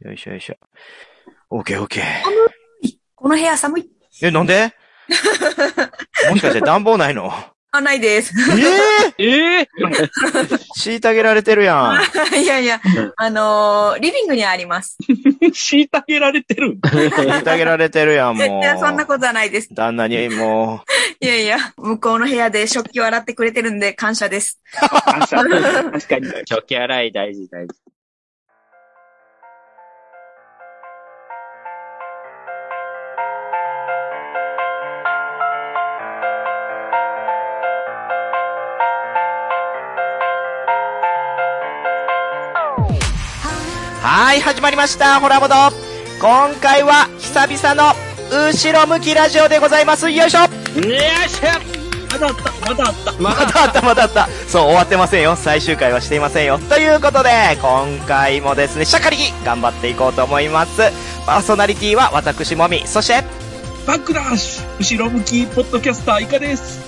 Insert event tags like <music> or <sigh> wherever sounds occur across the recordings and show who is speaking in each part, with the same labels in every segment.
Speaker 1: よいしょよいしょ。オッケーオッケー。
Speaker 2: この部屋寒い。
Speaker 1: え、なん
Speaker 2: <laughs>
Speaker 1: でもしかして暖房ないの
Speaker 2: あ、ないです。
Speaker 1: え
Speaker 2: <laughs>
Speaker 1: え
Speaker 3: ええ
Speaker 1: ー、虐げられてる
Speaker 2: <laughs>
Speaker 1: やん。
Speaker 2: いやいや、あのーリビングにはあります。
Speaker 3: 虐げられてる。
Speaker 1: 虐げられてるやん、
Speaker 2: 絶
Speaker 1: も
Speaker 2: 対そんな
Speaker 1: う。
Speaker 2: ことはないです。
Speaker 1: 旦那にも
Speaker 2: いやいや、向こうの部屋で食器を洗ってくれてるんで感謝です。
Speaker 3: 感謝。確かに。
Speaker 4: 食器洗い大事大事。
Speaker 1: う。はい、始まりました、ホラボド。今回は久々の後ろ向きラジオでございます。よいしょ
Speaker 3: よっしゃまだあった、まだあった。ま
Speaker 1: まだあったまだあった。そう、終わってませんよ。最終回はしていませんよ。ということで、今回もですね、しゃかりき頑張っていこうと思います。パーソナリティは私もみ。そして、
Speaker 3: バックダッシュ後ろ向き、ポッドキャスター、イカです。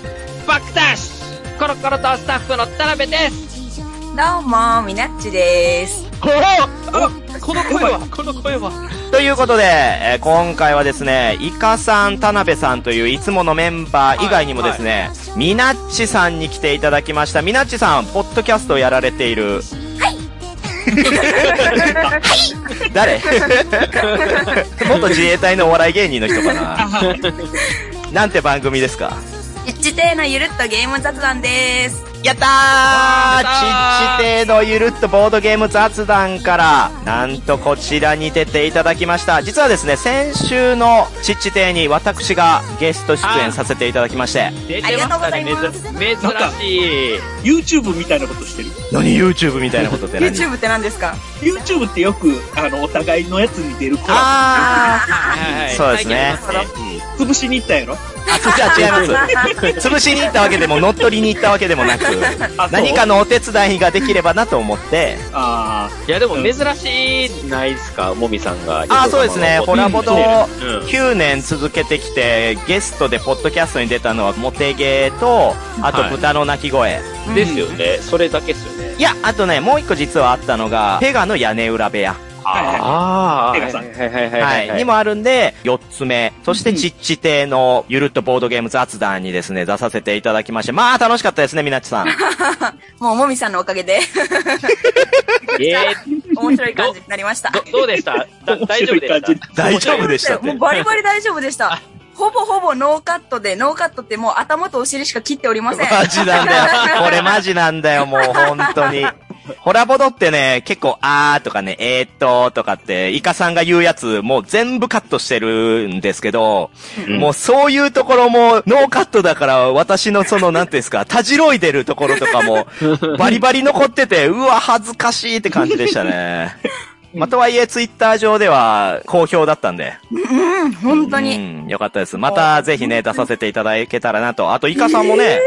Speaker 5: バックダッシュコロコロとスタッフの田辺です
Speaker 2: どうも、みなっちです。
Speaker 3: おおこの声は、この声は。
Speaker 1: ということで、えー今回はですね、イカさん、田辺さんといういつものメンバー以外にもですね、ミナッチさんに来ていただきました。ミナッチさん、ポッドキャストをやられている。はい。誰元自衛隊のお笑い芸人の人かななんて番組ですか
Speaker 2: ゆっちてーのゆるっとゲーム雑談です。
Speaker 1: やったーちっちてーのゆるっとボードゲーム雑談から、なんとこちらに出ていただきました。実はですね、先週のちっちてーに私がゲスト出演させていただきまして。
Speaker 4: 出
Speaker 2: ありがとうございます
Speaker 4: ね。珍珍しい。
Speaker 3: YouTube みたいなことしてる。
Speaker 1: 何 ?YouTube みたいなことって何
Speaker 2: YouTube って何ですか
Speaker 3: YouTube ってよく、あの、お互いのやつに出るコラ
Speaker 1: あ
Speaker 4: はいはい
Speaker 1: そうですね
Speaker 4: 最近あります
Speaker 3: ボ。潰しに行ったやろ
Speaker 1: ーあ、そっちは違います。潰しに行ったわけでも、乗っ取りに行ったわけでも
Speaker 4: <laughs>
Speaker 1: なく、
Speaker 3: あそう
Speaker 1: 何かのお手伝いができればなと思って、
Speaker 3: あ
Speaker 4: いやでも珍しいないですかもみさんが。
Speaker 1: あーそうですね、ホラボドを
Speaker 4: うん
Speaker 1: 9年続けてきて、ゲストでポッドキャストに出たのはモテゲーと、あ
Speaker 4: は
Speaker 1: と
Speaker 4: い
Speaker 1: 豚の鳴き声。
Speaker 4: ですよね。それだけですよね。
Speaker 1: いや、あとね、もう一個実はあったのが、ペガの屋根裏部屋。
Speaker 3: はいはい
Speaker 4: ああ。
Speaker 3: ペガさん
Speaker 4: はいはいはい
Speaker 1: は。
Speaker 4: はいい。
Speaker 1: にもあるんで、4つ目。そして、ちっち亭のゆるっとボードゲーム雑談にですね、出させていただきまして、まあ、楽しかったですね、みなっちさん。
Speaker 4: <laughs>
Speaker 2: もう、もみさんのおか
Speaker 1: <laughs>
Speaker 2: げで、
Speaker 4: えー
Speaker 2: 面白い感じになりました。
Speaker 4: ど、 <laughs> どうでしただ
Speaker 3: あ。
Speaker 4: 大丈夫で
Speaker 3: <laughs> 面白い感
Speaker 4: し
Speaker 3: じ
Speaker 4: た
Speaker 1: 大丈夫でしたって
Speaker 2: もう。バリバリ大丈夫でした。ほぼほぼノーカットで、ノーカットってもう頭とお尻しか切っておりません。
Speaker 1: <laughs> マジなんだ
Speaker 4: <laughs>
Speaker 1: よ。これマジなんだよ、もう、本当に。ホラボドってね、結構、あーとかね、えーっと、とかって、イカさんが言うやつ、もう全部カットしてるんですけど、
Speaker 4: うん
Speaker 1: もうそういうところも、ノーカットだから、私のその、なんていうんですか、たじろいでるところとか
Speaker 4: <laughs>
Speaker 1: も、バリバリ残ってて、うわ、恥ずかしいって感じでした
Speaker 4: <laughs>
Speaker 1: ね。まあ、とはいえ、ツイッター上では、好評だったんで。
Speaker 2: うん、本当に。
Speaker 1: うん、よかったです。また、ぜひね、出させていただけたらなと。あと、イカさんもね、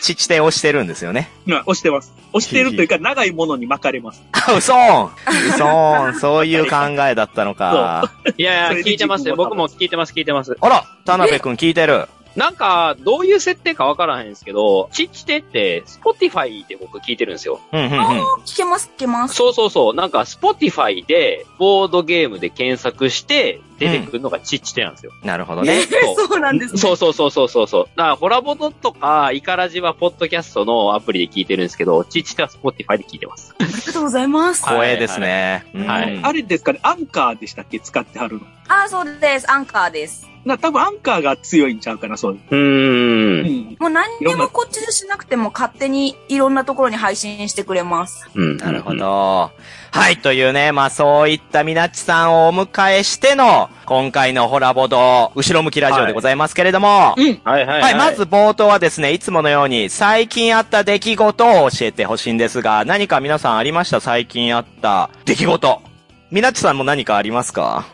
Speaker 1: ちっちてをしてるんですよね。
Speaker 3: うん押してます。押してるというか、長いものに巻かれます。
Speaker 1: あ、うそんうそんそういう考えだったのか。
Speaker 4: いやい
Speaker 3: それ
Speaker 4: や、
Speaker 3: で
Speaker 4: 聞いてますよ。僕も聞いてます、聞いてます。
Speaker 1: あら、田辺くん聞いてる。
Speaker 4: なんか、どういう設定かわからへんですけど、チッチテって、スポティファイで僕聞いてるんですよ。
Speaker 1: うんうんうん。
Speaker 2: 聞けます、聞けます。
Speaker 4: そうそうそう。なんか、スポティファイで、ボードゲームで検索して、出てくるのがチッチテなんですよ。
Speaker 1: なるほどね。
Speaker 4: そ
Speaker 2: <laughs>
Speaker 4: う
Speaker 2: そうなんですね。
Speaker 4: そうそうそうそうそうそう。だから、ホラボドとか、イカラジは、ポッドキャストのアプリで聞いてるんですけど、チッチテはスポティファイで聞いてます。
Speaker 2: ありがとうございます。
Speaker 4: はい
Speaker 1: 光栄ですね。うん
Speaker 4: はい
Speaker 3: あれですかね、アンカーでしたっけ使ってはるの。
Speaker 2: ああ、そうです。アンカーです。
Speaker 3: な、多分アンカーが強いんちゃうかな、そうい
Speaker 4: う
Speaker 3: う。
Speaker 4: ーん。
Speaker 2: もう何にもこっちでしなくても勝手にいろんなところに配信してくれます。
Speaker 4: うん。
Speaker 1: なるほ。ど。はい、というね、まあそういったみなっちさんをお迎えしての、今回のホラボド、後ろ向きラジオでございますけれども、
Speaker 4: はいはい、
Speaker 1: はい、まず。冒頭はですね、いつものように、最近あった出来事を教えてほしいんですが、何か皆さんありました最近あった出来事。みなっちさんも何かありますか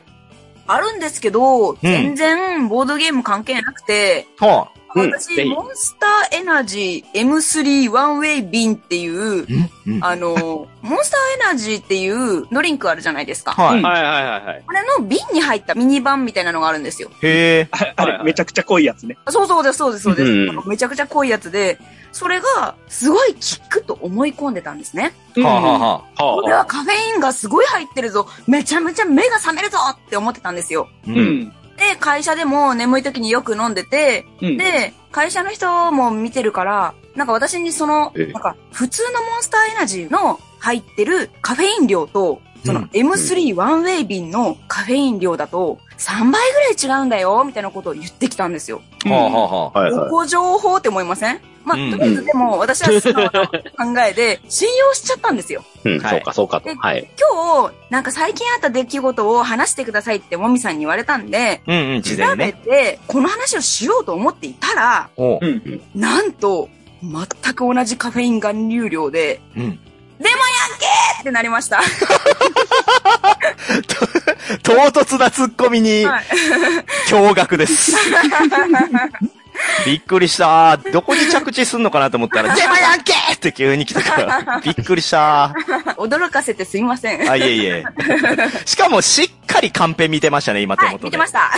Speaker 2: あるんですけど、全然ボードゲーム関係なくて、
Speaker 1: ほう。
Speaker 4: うん
Speaker 2: 私、
Speaker 4: ぜひ
Speaker 2: モンスターエナジー M3 ワンウェイ瓶っていう、
Speaker 1: うん
Speaker 2: あの、
Speaker 4: <laughs>
Speaker 2: モンスターエナジーっていうドリンクあるじゃないですか。
Speaker 1: はい。
Speaker 3: うん
Speaker 4: はいはいはいはい。
Speaker 2: あれの瓶に入ったミニ版みたいなのがあるんですよ。
Speaker 1: へえ。
Speaker 3: あ
Speaker 4: はい
Speaker 3: あれ、めちゃくちゃ濃いやつね。
Speaker 2: そうそうです、そうです、そうです。
Speaker 4: うん
Speaker 2: なんかめちゃくちゃ濃いやつで、それがすごい効くと思い込んでたんですね。
Speaker 1: はあ、はあはあ、
Speaker 4: は
Speaker 2: これはカフェインがすごい入ってるぞ。めちゃめちゃ目が覚めるぞって思ってたんですよ。
Speaker 1: う。
Speaker 3: うんん。
Speaker 2: で、会社でも眠い時によく飲んでて、
Speaker 3: うん。
Speaker 2: で、会社の人も見てるから、なんか私にその、
Speaker 4: ええ
Speaker 2: なんか普通のモンスターエナジーの入ってるカフェイン量と、その M3 ワンウェイ瓶のカフェイン量だと3倍ぐらい違うんだよ、みたいなことを言ってきたんですよ。
Speaker 1: はあ、はあ、はあ。
Speaker 4: あ。はい
Speaker 2: ご
Speaker 4: はい。
Speaker 2: ご情報って思いませんまあ、
Speaker 1: うん
Speaker 2: とりあえずでも私は
Speaker 1: <laughs>
Speaker 2: 素直な考えで信用しちゃったんですよ。
Speaker 4: うん、
Speaker 1: はい
Speaker 4: そうかそうかと
Speaker 2: で。
Speaker 4: はい。
Speaker 2: 今日、なんか最近あった出来事を話してくださいってもみさんに言われたんで、
Speaker 1: うんうん、事前
Speaker 2: 調
Speaker 1: に
Speaker 2: べ
Speaker 1: ね。
Speaker 2: て、この話をしようと思っていたら、
Speaker 1: おう。
Speaker 2: なんと、全く同じカフェイン含有量で、
Speaker 1: うん。
Speaker 2: ってなりました。
Speaker 1: 唐突な突っ込みに、
Speaker 2: はい <laughs>
Speaker 1: 驚愕です。びっくりした。どこに着地すんのかなと思ったら、出前やんけって急に来たから、びっくりした。
Speaker 2: 驚かせてすみません。
Speaker 1: あ、いえい
Speaker 2: <laughs>
Speaker 1: え。しかも、しっかりカンペ見てましたね、今手
Speaker 2: はい、
Speaker 1: 元
Speaker 2: 見
Speaker 1: で。
Speaker 2: てました。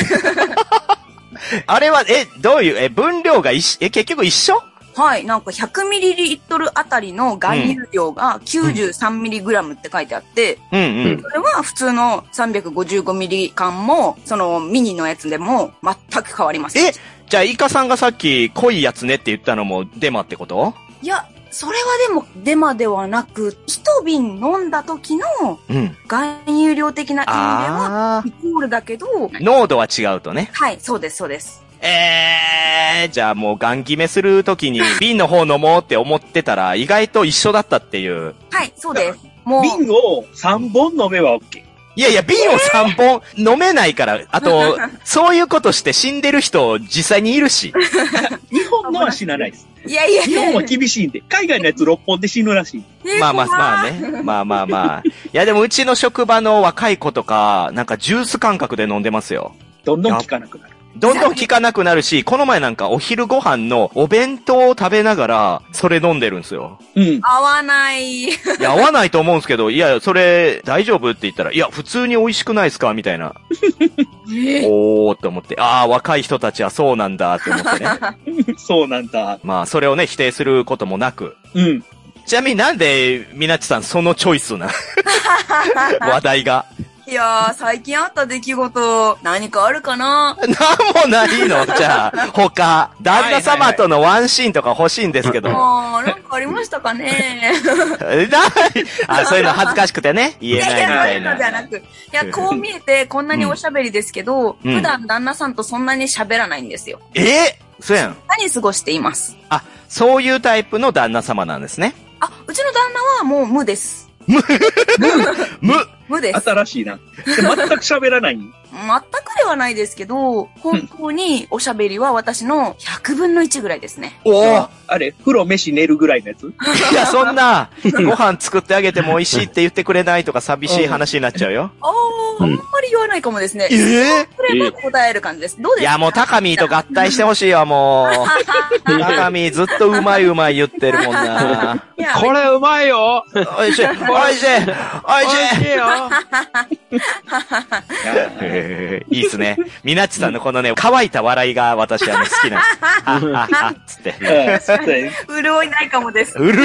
Speaker 1: あれは、え、どういう、え、分量が一緒、え、結局一緒
Speaker 2: はい、なんか 100ml あたりの含有量が 93mg って書いてあって、
Speaker 1: うんう
Speaker 4: うんん。
Speaker 2: それは普通の 355mg 缶も、そのミニのやつでも全く変わりません。
Speaker 1: え、じゃあ、イカさんがさっき、濃いやつねって言ったのも、デマってこと
Speaker 2: いや、それはでもデマではなく、一瓶飲んだ時の
Speaker 1: うん。
Speaker 2: 含有量的な意味では
Speaker 1: あ
Speaker 2: イコールだけど、
Speaker 1: ー。濃度は違うとね。
Speaker 2: はい、そうです、そうです。
Speaker 1: えー、じゃあもうガン決めするとき
Speaker 2: <laughs>
Speaker 1: に瓶の方飲もうって思ってたら意外と一緒だったっていう。
Speaker 2: はい、そうです。もう、
Speaker 3: 瓶を3本飲めば OK。
Speaker 1: いやいや、瓶を3本飲めないから、あ
Speaker 2: <laughs>
Speaker 1: と、そういうことして死んでる人実際にいるし。
Speaker 3: 日本のは死なないです。
Speaker 2: いやいやい
Speaker 3: 日
Speaker 2: や
Speaker 3: 本は厳しいんで、海外のやつ6本で死ぬらしい。
Speaker 1: まあまあまあね。まあまあまあ。いやでもうちの職場の若い子とか、なんかジュース感覚で飲んでますよ。
Speaker 3: どんどん効かなくなる。
Speaker 1: どんどん効かなくなるし、この前なんかお昼ご飯のお弁当を食べながら、それ飲んでるんですよ。
Speaker 3: うん。
Speaker 2: 合わない。
Speaker 1: いや、合わないと思うんですけど、いや、それ、大丈夫って言ったら、いや、普通に美味しくないですかみたいな。おーって思って、あー、若い人たちはそうなんだって思ってね。
Speaker 3: そうなんだ。
Speaker 1: まあ、それをね、否定することもなく。
Speaker 3: うん。
Speaker 1: ちなみになんで、みなっちさん、そのチョイスな話題が。
Speaker 2: <laughs> いやー、最近あった出来事、何かあるかな
Speaker 1: なんもないのじゃあ、他。旦那様とのワンシーンとか欲しいんですけど。
Speaker 2: あー、なんかありましたかね
Speaker 1: えないあ、そういうの恥ずかしくてね。言えないみたい
Speaker 2: ややそううのじゃな
Speaker 1: な。
Speaker 2: く。いや、こう見えて、こんなにおしゃべりですけど、
Speaker 1: うん
Speaker 2: 普段旦那さんとそんなに喋らないんですよ。
Speaker 1: えそうやん。
Speaker 2: 何過ごしています
Speaker 1: あ、そういうタイプの旦那様なんですね。
Speaker 2: あ、うちの旦那はもう無です。
Speaker 1: む
Speaker 2: 無です。
Speaker 3: 新しいな。で全く喋ら <laughs> ない。
Speaker 2: 全くではないですけど、本当におしゃべりは私の100分の1ぐらいですね。
Speaker 1: おー
Speaker 3: あれ、風呂、飯、寝るぐらいのやつ
Speaker 1: <laughs> いや、そんな、ご飯作ってあげても美味しいって言ってくれないとか寂しい話になっちゃうよ。
Speaker 2: あー、あ
Speaker 4: うん
Speaker 2: んまり言わないかもですね。
Speaker 1: え
Speaker 2: それは答える感じです。どうです
Speaker 1: い
Speaker 2: か
Speaker 1: や、もう高見と合体してほしいわ、もう。高見ずっとうまいうまい言ってるもんな。
Speaker 2: いや
Speaker 4: これうまいよ
Speaker 1: おいしい、おいしい、おいし
Speaker 4: <laughs> 美味しいよ
Speaker 1: い。いいっすね。みなっちさんのこのね、乾いた笑いが私はね、好きなん
Speaker 4: <laughs>
Speaker 1: です。あああつって。
Speaker 3: うんそうだよ
Speaker 2: 潤いないかもです。
Speaker 1: 潤い、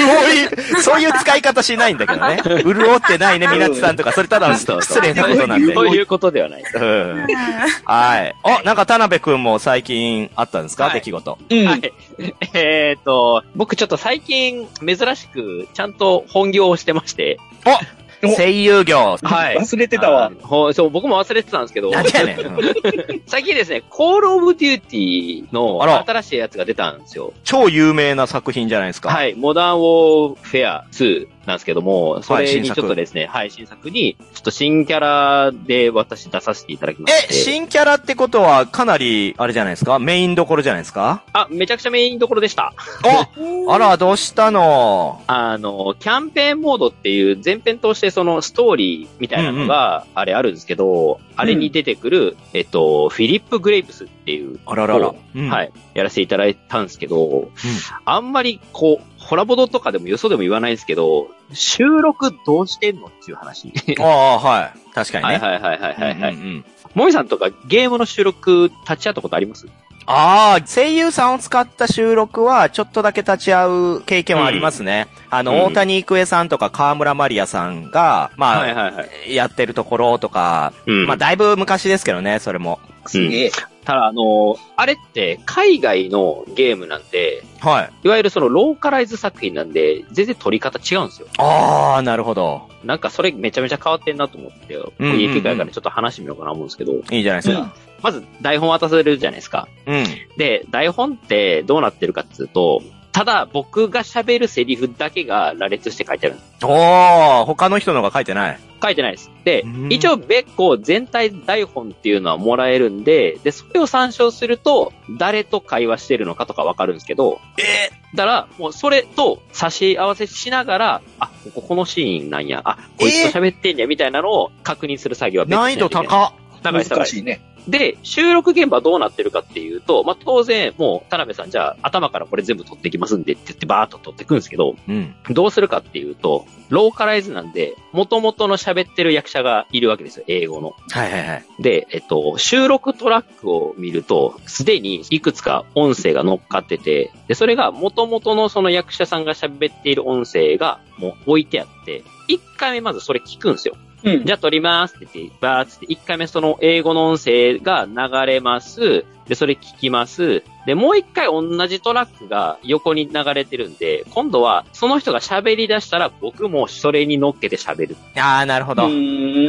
Speaker 1: そういう使い方しないんだけどね。潤ってないね、みなっちさんとか、それただの失礼なことなんで。
Speaker 4: そういうことではない。
Speaker 1: うんはい。お、なんか田辺くんも最近あったんですか、
Speaker 4: はい
Speaker 1: 出来事。
Speaker 3: うん
Speaker 4: はい。えっと、僕ちょっと最近珍しくちゃんと本業をしてまして。
Speaker 3: お
Speaker 1: 声優業。
Speaker 4: はい。
Speaker 3: 忘れてたわ
Speaker 4: あ。ー。ほそう、僕も忘れてたんですけど、
Speaker 1: なんでやねん。うん
Speaker 4: 最近ですね、コールオブデューティーの
Speaker 1: あら
Speaker 4: 新しいやつが出たんですよ。
Speaker 1: 超有名な作品じゃないですか。
Speaker 4: はい。モダンウォーフェア2なんですけども、それ
Speaker 1: 新
Speaker 4: に
Speaker 1: 作
Speaker 4: ちょっとですね、はい、新作に、ちょっと新キャラで私出させていただきまし
Speaker 1: え、
Speaker 4: て。
Speaker 1: 新キャラってことは、かなり、あれじゃないですかメインどころじゃないですか
Speaker 4: あ、めちゃくちゃメインどころでした。
Speaker 1: <laughs> あら、どうしたの
Speaker 4: あの、キャンペーンモードっていう前編通してそのストーリーみたいなのが、あれあるんですけど、あれに出てくる、えっと、フィリップ・グレイプスっていう、
Speaker 1: あららら。うん
Speaker 4: はい、やらせていただいたんですけど、あんまりこう、ホラボドとかでもよそでも言わないんですけど、収録どうしてんのっていう <laughs> 話。
Speaker 1: ああ、はい。確かに
Speaker 4: はい
Speaker 1: ね。
Speaker 4: はいはいはいはいは
Speaker 1: う
Speaker 4: い。
Speaker 1: んうんうん
Speaker 4: もみさんとかゲームの収録立ち会ったことあります
Speaker 1: ああ、声優さんを使った収録は、ちょっとだけ立ち会う経験はありますね。あの、
Speaker 4: うん
Speaker 1: 大谷育恵さんとか河村マリアさんが、まあ、
Speaker 4: はいはいはい。
Speaker 1: やってるところとか、
Speaker 4: うん
Speaker 1: まあ、だいぶ昔ですけどね、それも。
Speaker 3: すげえ。
Speaker 4: ただあの、あれって海外のゲームなんで、
Speaker 1: はい。
Speaker 4: いわゆるそのローカライズ作品なんで、全然撮り方違うんですよ。
Speaker 1: ああ、なるほど。
Speaker 4: なんかそれめちゃめちゃ変わってんなと思って、こ
Speaker 1: うんうん
Speaker 4: れ家機会からちょっと話してみようかな思うんですけど、
Speaker 1: いいんじゃないですか。
Speaker 4: まず台本渡されるじゃないですか。
Speaker 1: うん。
Speaker 4: で、台本ってどうなってるかっていうと、ただ僕が喋るセリフだけが羅列して書いてあるんです。
Speaker 1: おー、他の人のが書いてない。
Speaker 4: 書いてないです。で
Speaker 1: うん、
Speaker 4: 一応別個全体台本っていうのはもらえるんで、で、それを参照すると、誰と会話してるのかとかわかるんですけど、
Speaker 1: え
Speaker 4: だから、もうそれと差し合わせしながら、あ、こここのシーンなんや、あ、こいつと喋ってんや、みたいなのを確認する作業は別に
Speaker 1: 難易度
Speaker 4: しないといけない。
Speaker 1: 高。
Speaker 4: 高い高
Speaker 3: 難
Speaker 4: い。
Speaker 3: しいね。
Speaker 4: で、収録現場どうなってるかっていうと、まあ、当然、もう、田辺さん、じゃあ、頭からこれ全部取ってきますんでって言って、バーっと取ってくんですけど、
Speaker 1: うん。
Speaker 4: どうするかっていうと、ローカライズなんで、元々の喋ってる役者がいるわけですよ、英語の。
Speaker 1: はいはいはい。
Speaker 4: で、えっと、収録トラックを見ると、すでにいくつか音声が乗っかってて、で、それが元々のその役者さんが喋っている音声がもう置いてあって、一回目まずそれ聞くんですよ。
Speaker 3: うん。
Speaker 4: じゃあ撮りますって言って、バーっつって、一回目その英語の音声が流れます。で、それ聞きます。で、もう一回同じトラックが横に流れてるんで、今度はその人が喋り出したら僕もそれに乗っけて喋る。
Speaker 1: あー、なるほど。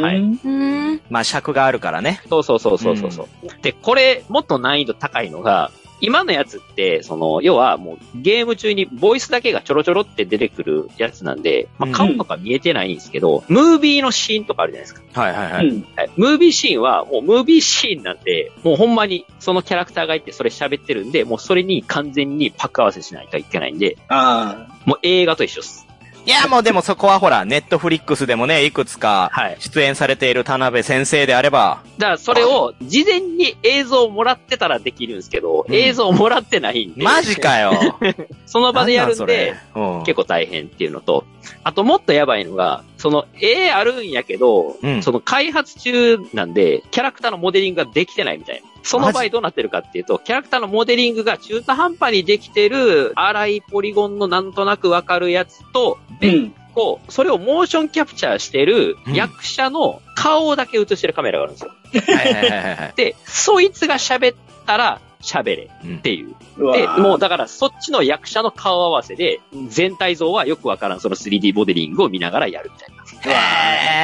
Speaker 4: は
Speaker 3: はい。
Speaker 2: うん。
Speaker 1: まあ、尺があるからね。
Speaker 4: そうそうそうそうそうそう、で、これ、もっと難易度高いのが、今のやつって、その、要はもうゲーム中にボイスだけがちょろちょろって出てくるやつなんで、まあ
Speaker 1: うん
Speaker 4: 顔とか見えてないんですけど、ムービーのシーンとかあるじゃないですか。
Speaker 1: はいはいは
Speaker 3: う
Speaker 1: い。
Speaker 3: ん。
Speaker 4: はいムービーシーンは、もうムービーシーンなんで、もうほんまにそのキャラクターがいてそれ喋ってるんで、もうそれに完全にパック合わせしないといけないんで、
Speaker 3: あ
Speaker 4: もう映画と一緒です。
Speaker 1: いや、もうでもそこはほら、ネットフリックスでもね、いくつか
Speaker 4: はい。
Speaker 1: 出演されている田辺先生であれば、
Speaker 4: だからそれを事前に映像をもらってたらできるんですけど、
Speaker 1: うん
Speaker 4: 映像をもらってないんで、
Speaker 1: マジかよ。
Speaker 4: <laughs> その場でや
Speaker 1: な
Speaker 4: る
Speaker 1: んんなん
Speaker 4: で、
Speaker 1: それ。うん
Speaker 4: 結構大変っていうのと、あともっとやばいのが、その絵あるんやけど、
Speaker 1: うん
Speaker 4: その開発中なんで、キャラクターのモデリングができてないみたいな。その場
Speaker 1: マ
Speaker 4: 合どうなってるかっていうと、キャラクターのモデリングが中途半端にできてる、荒いポリゴンのなんとなくわかるやつと、
Speaker 3: あ。う
Speaker 4: 別
Speaker 3: ん。
Speaker 4: 個、それをモーションキャプチャーしてる
Speaker 1: うん
Speaker 4: 役者の顔だけ映してるカメラがあるんですよ。
Speaker 1: はいはいはいはい。
Speaker 4: で、そいつが喋ったら喋れっていう。
Speaker 3: うわ
Speaker 4: で、
Speaker 3: ー
Speaker 4: もうだからそっちの役者の顔合わせで、全体像はよくわからんその 3D モデリングを見ながらやるみたいな。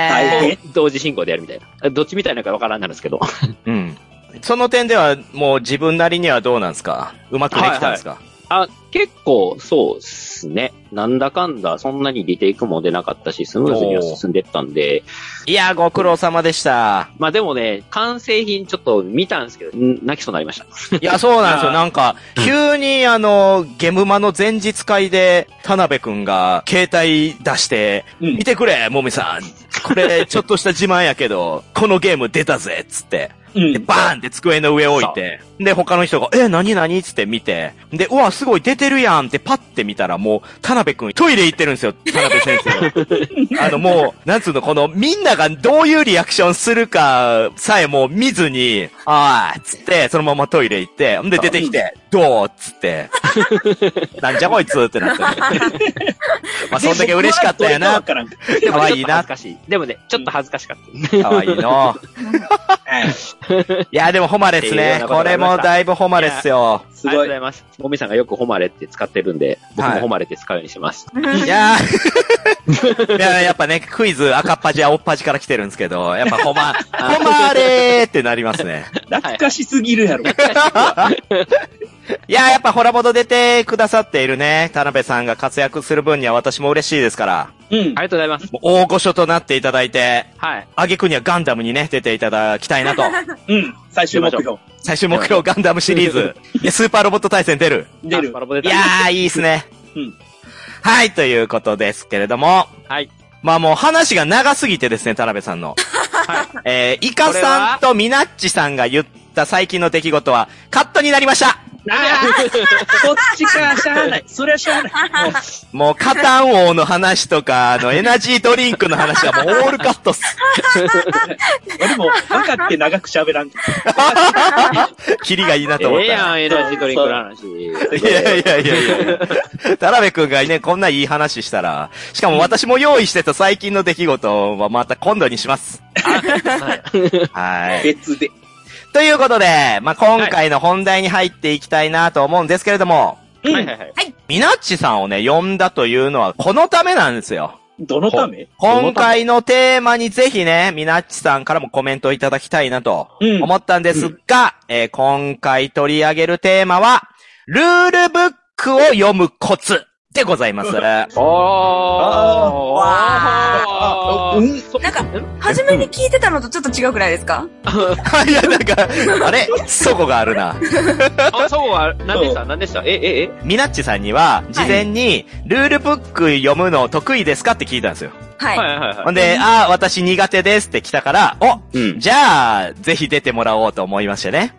Speaker 1: 大
Speaker 3: え
Speaker 4: 同時進行でやるみたいな。どっちみたいなのかわからんなんですけど。
Speaker 1: うん。その点では、もう自分なりにはどうなんですかうまくできたんですか、
Speaker 4: あ、結構そうっすね。なんだかんだそんなにリテイクも出なかったし、スムーズには進んでったんで。
Speaker 1: い、や、ご苦労様で
Speaker 4: <laughs>
Speaker 1: した。
Speaker 4: まあでもね、完成品ちょっと見たんですけど、ん泣きそうになりました。
Speaker 1: いや、そうなんですよ。なんか、急にあの、ゲムマの前日会で、田辺くんが携帯出して、
Speaker 3: うん
Speaker 1: 見てくれ、もみさん。これ、ちょっとした自慢やけど、このゲーム出たぜ、つって。
Speaker 3: うん
Speaker 1: で、バーンって机の上置いて、で、他の人が、え、何何つって見て、で、うわ、すごい出てるやんってパッて見たら、もう、田辺くん、トイレ行ってるんですよ、田辺先 <laughs> 生。あの、もう、なんつうの、この、みんながどういうリアクションするかさえも見ずに、あーっつって、そのままトイレ行って、んで、出てきて、どうっつ <laughs> って、なんじゃこいつってなって。 <laughs> まあ、そんだけ嬉しかったよな、
Speaker 3: 僕はどれかわからん
Speaker 4: でも
Speaker 1: 可
Speaker 4: ちょ
Speaker 1: 愛い
Speaker 4: っと
Speaker 1: な
Speaker 4: 恥ずかしい。でもね、ちょっと恥ずかしかった。
Speaker 1: かわいいの。
Speaker 3: はい
Speaker 1: いや、でも、ホマレですね。これもだいぶホマレっすよ。
Speaker 3: す
Speaker 4: ありがとうご
Speaker 3: ごい
Speaker 4: ざ。います。もみさんがよくホマレって使ってるんで、僕
Speaker 1: は
Speaker 4: も
Speaker 1: い
Speaker 4: ホマレって使うようにしてます。
Speaker 1: いやー <laughs> いや、やっぱね、クイズ赤っ端、青っ端から来てるんですけど、やっぱ
Speaker 3: <laughs>
Speaker 1: ほま、ほまれーってなりますね。
Speaker 3: 懐かしすぎるやろ。
Speaker 1: いやー、やっぱホラボド出てくださっているね、田辺さんが活躍する分には私も嬉しいですから、
Speaker 3: うん
Speaker 4: あ。りがとうございます。
Speaker 1: もう大御所となっていただいて、
Speaker 4: はい。
Speaker 1: あげくにはガンダムにね、出ていただきたい
Speaker 3: <laughs>
Speaker 1: なと。
Speaker 3: うん。最終目標。
Speaker 1: 最終目標ガンダムシリーズ。いや、スーパーロボット対戦出る。
Speaker 3: 出る
Speaker 4: あ。バラボ出
Speaker 1: い
Speaker 4: た
Speaker 1: やー、いいっすね。
Speaker 3: うん
Speaker 1: はい、ということですけれども。
Speaker 4: はい。
Speaker 1: まあもう話が長すぎてですね、田辺さんの。
Speaker 4: はい。
Speaker 1: えー、イカ
Speaker 4: これ
Speaker 1: さん
Speaker 4: は
Speaker 1: とミナッチさんが言った最近の出来事は、カットになりました
Speaker 3: あ
Speaker 4: <laughs>
Speaker 3: あ、そっちか、しゃあない。それはしゃあない。
Speaker 1: もう、カタン王の話とか、あの、エナジードリンクの話はもうオールカットっす。
Speaker 3: 俺も、分かって長く喋らんけ
Speaker 1: キリがいいなと思っ
Speaker 4: ええ
Speaker 1: た
Speaker 4: や
Speaker 1: ら。
Speaker 4: ん、エナジードリンクの話。
Speaker 1: いやいやいやいやいや。田辺くんがね、こんないい話したら、しかも私も用意してた最近の出来事はまた今度にします。は
Speaker 3: ど、
Speaker 1: い。
Speaker 3: 別で。
Speaker 1: ということで、まあ、今回の本題に入っていきたいなと思うんですけれども、
Speaker 3: うん
Speaker 4: はいはいはい。
Speaker 1: ミナッチさんをね、呼んだというのはこのためなんですよ。
Speaker 3: どのため
Speaker 1: 今回のテーマにぜひね、ミナッチさんからもコメントいただきたいなと
Speaker 3: うん
Speaker 1: 思ったんですが、えー今回取り上げるテーマは、ルールブックを読むコツでご <laughs> ざいます。
Speaker 4: おーお
Speaker 3: あ
Speaker 4: ー
Speaker 3: うん。
Speaker 2: なんか、初めに聞いてたのとちょっと違うくないですか
Speaker 1: いや、なんか、あれそこがあるな。
Speaker 4: あ、そうは、何でした何でしたえ、え、え
Speaker 1: ミナッチさんには、事前に、ルールブック読むの得意ですかって聞いたんですよ。
Speaker 2: はい。
Speaker 4: はいはい
Speaker 1: ほ
Speaker 4: は
Speaker 1: んで、ああ、私苦手ですって来たから、お
Speaker 4: い。うん。
Speaker 1: じゃあ、ぜひ出てもらおうと思いましてね。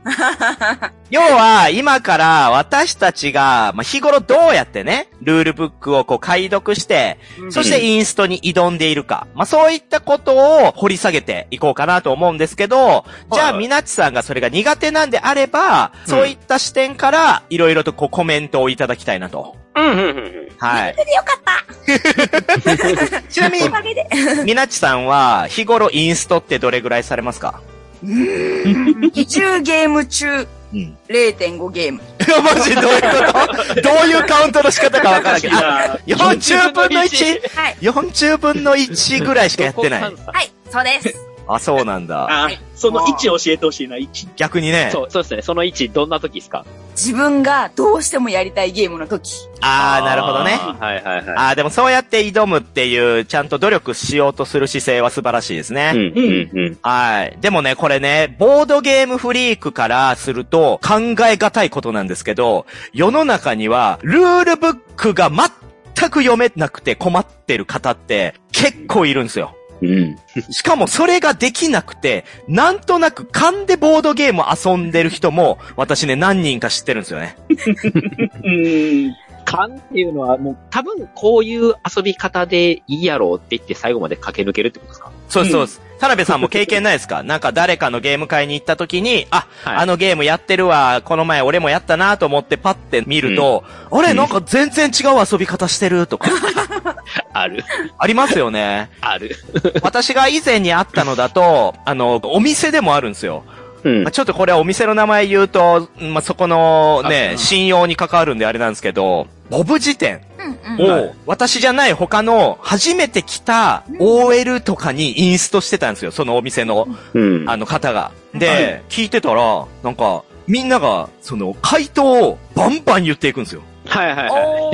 Speaker 1: 要は、今から私たちが、まあ、日頃どうやってね、ルールブックをこう解読して、そしてインストに挑んでいるか、まあ、そういったことを掘り下げていこうかなと思うんですけど、じゃあ、
Speaker 4: はい
Speaker 1: みなちさんがそれが苦手なんであれば、そういった視点から、いろいろとこうコメントをいただきたいなと。
Speaker 4: うんうんうん
Speaker 1: はい。
Speaker 2: それでよかった
Speaker 1: <laughs> ちなみ
Speaker 2: おかげで。
Speaker 1: に、みなちさんは、日頃インストってどれぐらいされますか
Speaker 2: うーん。20ゲーム中
Speaker 1: うん。
Speaker 2: 0.5ゲーム。
Speaker 1: いや、マジどういう <laughs> ことどういうカウントの仕方かわからんけど。あ
Speaker 3: あ
Speaker 1: 40分の 1?40
Speaker 2: はい。
Speaker 1: 分の1ぐらいしかやってない。。
Speaker 2: はい、そうです。
Speaker 1: <laughs> あ、そうなんだ。
Speaker 3: あ、その位置教えてほしいな、位置。
Speaker 1: 逆にね。
Speaker 4: そう、そうですね。その位置、どんな時ですか
Speaker 2: 自分がどうしてもやりたいゲームの時。
Speaker 1: あー、なるほどね。
Speaker 4: あーはいはいは
Speaker 1: あー、でもそうやって挑むっていう、ちゃんと努力しようとする姿勢は素晴らしいですね。
Speaker 4: い。うんうんうん。
Speaker 1: はい。でもね、これね、ボードゲームフリークからすると考え難いことなんですけど、世の中にはルールブックが全く読めなくて困ってる方って結構いるんですよ。
Speaker 4: うん。
Speaker 1: しかもそれができなくて、なんとなく勘でボードゲームを遊んでる人も、私ね、何人か知ってるんですよね。
Speaker 3: うん。
Speaker 4: 勘っていうのは、もう、多分、こういう遊び方でいいやろうって言って、最後まで駆け抜けるってことですか
Speaker 1: そうです、
Speaker 3: うん
Speaker 1: そうです。田辺さんも経験ないですか <laughs> なんか誰かのゲーム会に行った時に、あ、
Speaker 4: はい
Speaker 1: あのゲームやってるわ、この前俺もやったなと思ってパッて見ると、あれ、
Speaker 4: うん
Speaker 1: なんか全然違う遊び方してる
Speaker 4: <laughs>
Speaker 1: とか、
Speaker 4: ある。
Speaker 1: ありますよね。
Speaker 4: ある。
Speaker 1: 私が以前にあったのだと、あの、お店でもあるんですよ。
Speaker 4: うん
Speaker 1: まあ。ちょっとこれはお店の名前言うと、まあ、そこの
Speaker 4: あう
Speaker 1: ね、
Speaker 4: ん
Speaker 1: 信用に関わるんであれなんですけど、ボブ辞典
Speaker 2: う
Speaker 1: を、
Speaker 2: んうん。
Speaker 4: はい
Speaker 1: 私じゃない他の初めて来た OL とかにインストしてたんですよ、そのお店の、
Speaker 4: うん
Speaker 1: あの方が。で、
Speaker 3: はい
Speaker 1: 聞いてたら、なんか、みんなが、その、回答をバンバン言っていくんですよ。
Speaker 4: はいはいは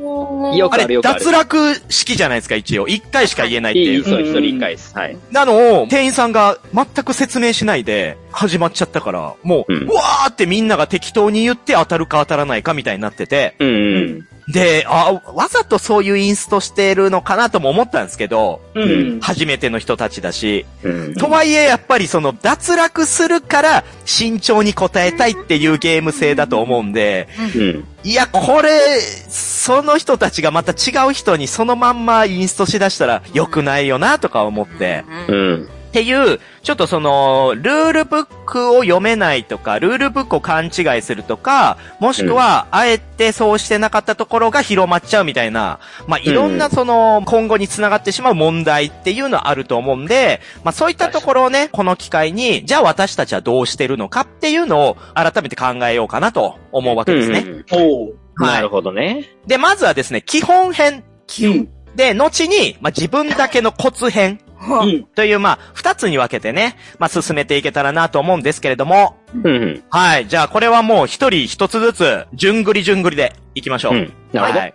Speaker 2: おー
Speaker 4: よ
Speaker 1: あ
Speaker 4: くある
Speaker 1: れ、
Speaker 4: よくある
Speaker 1: 脱落式じゃないですか、一応。一回しか言えないっ
Speaker 4: い。
Speaker 1: て
Speaker 4: いい、
Speaker 1: いう。
Speaker 4: そう、一人一回です。はい。
Speaker 1: なのを、店員さんが全く説明しないで、始まっちゃったから、もう、
Speaker 4: うん
Speaker 1: うわーってみんなが適当に言って当たるか当たらないかみたいになってて、
Speaker 4: うん
Speaker 3: う
Speaker 4: うん。
Speaker 3: ん。
Speaker 1: で、あ、わざとそういうインストしてるのかなとも思ったんですけど、
Speaker 3: うん。
Speaker 1: 初めての人たちだし、
Speaker 4: うん
Speaker 1: とはいえ、やっぱりその、脱落するから、慎重に答えたいっていうゲーム性だと思うんで、
Speaker 4: うん。
Speaker 1: いや、これ、その人たちがまた違う人にそのまんまインストしだしたら良くないよな、とか思って。
Speaker 2: うん
Speaker 4: うん。
Speaker 1: っていう、ちょっとその、ルールブックを読めないとか、ルールブックを勘違いするとか、もしくは、あえてそうしてなかったところが広まっちゃうみたいな、まあ、いろんなその、今後につながってしまう問題っていうのはあると思うんで、まあ、そういったところをね、この機会に、じゃあ私たちはどうしてるのかっていうのを、改めて考えようかなと思うわけですね。
Speaker 4: うん
Speaker 3: おう。
Speaker 1: はい
Speaker 4: なるほどね。
Speaker 1: で、まずはですね、基本編。
Speaker 3: キュン。
Speaker 1: で、後に、まあ、自分だけのコツ編。
Speaker 2: は
Speaker 3: う
Speaker 2: い。
Speaker 3: ん。
Speaker 1: という、まあ、二つに分けてね、まあ、進めていけたらなと思うんですけれども、
Speaker 4: うんうん。
Speaker 1: はい。じゃあ、これはもう一人一つずつ、順繰り順繰りでいきましょう。
Speaker 4: うん。なるほ
Speaker 1: はい。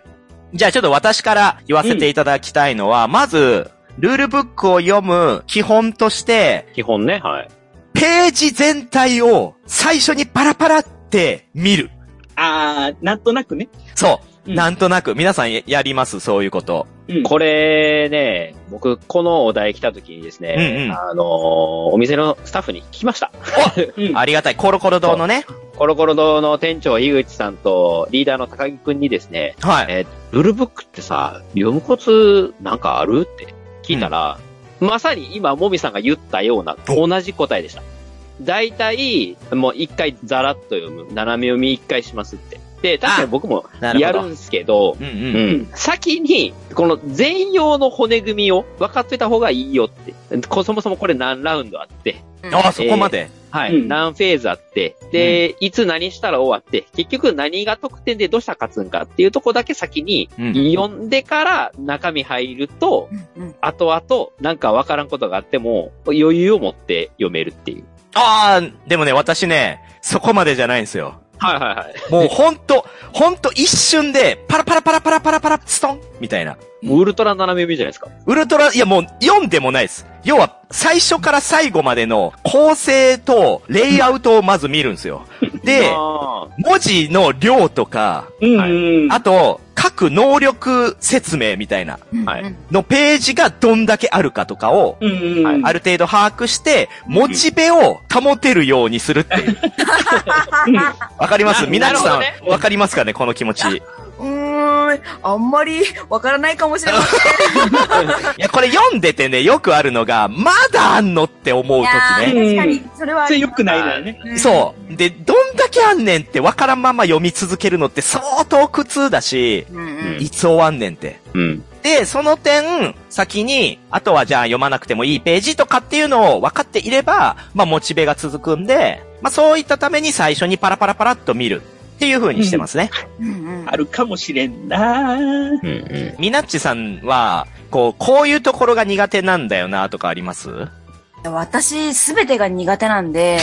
Speaker 1: じゃあちょっと私から言わせていただきたいのは、まず、ルールブックを読む基本として、
Speaker 4: ど。基本ね、はい。
Speaker 1: ページ全体を最初にパラパラって見る。
Speaker 3: あー、なんとなくね。
Speaker 1: そう。
Speaker 3: うん
Speaker 1: なんとなく、皆さんややりますそういうこと。
Speaker 3: うん。
Speaker 4: これね、僕、このお題来た時にですね、
Speaker 1: うんうん
Speaker 4: あのーお店のスタッフに聞きました。
Speaker 3: うん
Speaker 1: ありがたい。コロコロ堂のね。
Speaker 4: コロコロ堂の店長、井口さんとリーダーの高木くんにですね、
Speaker 1: はい。
Speaker 4: えールールブックってさ、読むコツなんかあるって聞いたら、まさに今、もみさんが言ったような、
Speaker 1: お
Speaker 4: 同じ答えでした。大体、もう一回ザラッと読む。斜め読み一回しますって。で、確かに僕も
Speaker 1: なるほど
Speaker 4: やるんですけど、
Speaker 1: うんう。
Speaker 4: うんん。先に、この全容の骨組みを分かってた方がいいよって。こそもそもこれ何ラウンドあって、
Speaker 1: ああ、そこまで。
Speaker 4: はい。
Speaker 3: うん
Speaker 4: 何フェーズあって、で、いつ何したら終わって、結局何が得点でどうしたら勝つんかっていうとこだけ先に
Speaker 1: うん。
Speaker 4: 読んでから中身入ると、
Speaker 2: うんうん
Speaker 4: 後々なんか分からんことがあっても余裕を持って読めるっていう。
Speaker 1: ああ、でもね、私ね、そこまでじゃないんですよ。
Speaker 4: はいはいはい。
Speaker 1: もうほんと、ほんと一瞬で、パラパラパラパラパラパラ、ストンみたいな。
Speaker 4: もうウルトラ斜め見じゃないですか。
Speaker 1: ウルトラ、いやもう読んでもないです。要は、最初から最後までの構成とレイアウトをまず見るんですよ。
Speaker 4: <laughs>
Speaker 1: で、
Speaker 4: あー
Speaker 1: 文字の量とか、
Speaker 3: うん
Speaker 4: はい
Speaker 3: うん。
Speaker 1: あと、各能力説明みたいな
Speaker 2: うん
Speaker 4: はい
Speaker 2: うん
Speaker 1: のページがどんだけあるかとかを、
Speaker 3: うんうん。
Speaker 4: はい
Speaker 1: ある程度把握して、モチベを保てるようにするっていう。わかります
Speaker 4: な
Speaker 1: みなちさ
Speaker 4: なるほ
Speaker 1: ん、わかりますかねこの気持ち。いう
Speaker 2: ーん、あんまりわからないかもしれません。
Speaker 1: や、これ読んでてね、よくあるのが、まだあんのって思うときね。
Speaker 2: いやー確かに、それはあ
Speaker 3: それ
Speaker 2: り
Speaker 3: 良
Speaker 2: ます。
Speaker 3: くないのよね。
Speaker 2: うん
Speaker 1: そう。で、どんだけあんねんってわからんまま読み続けるのって相当苦痛だし、
Speaker 2: うんうん
Speaker 4: うん
Speaker 1: いつ終わんねんって。
Speaker 4: うん。
Speaker 1: で、その点、先に、あとはじゃあ読まなくてもいいページとかっていうのを分かっていれば、まあモチベが続くんで、まあそういったために最初にパラパラパラっと見るっていう風にしてますね。
Speaker 2: うんうん
Speaker 3: あるかもしれんな
Speaker 4: うんうん。
Speaker 1: みなっちさんは、こう、こういうところが苦手なんだよなとかあり <laughs> ます
Speaker 2: 私、すべてが苦手なんで、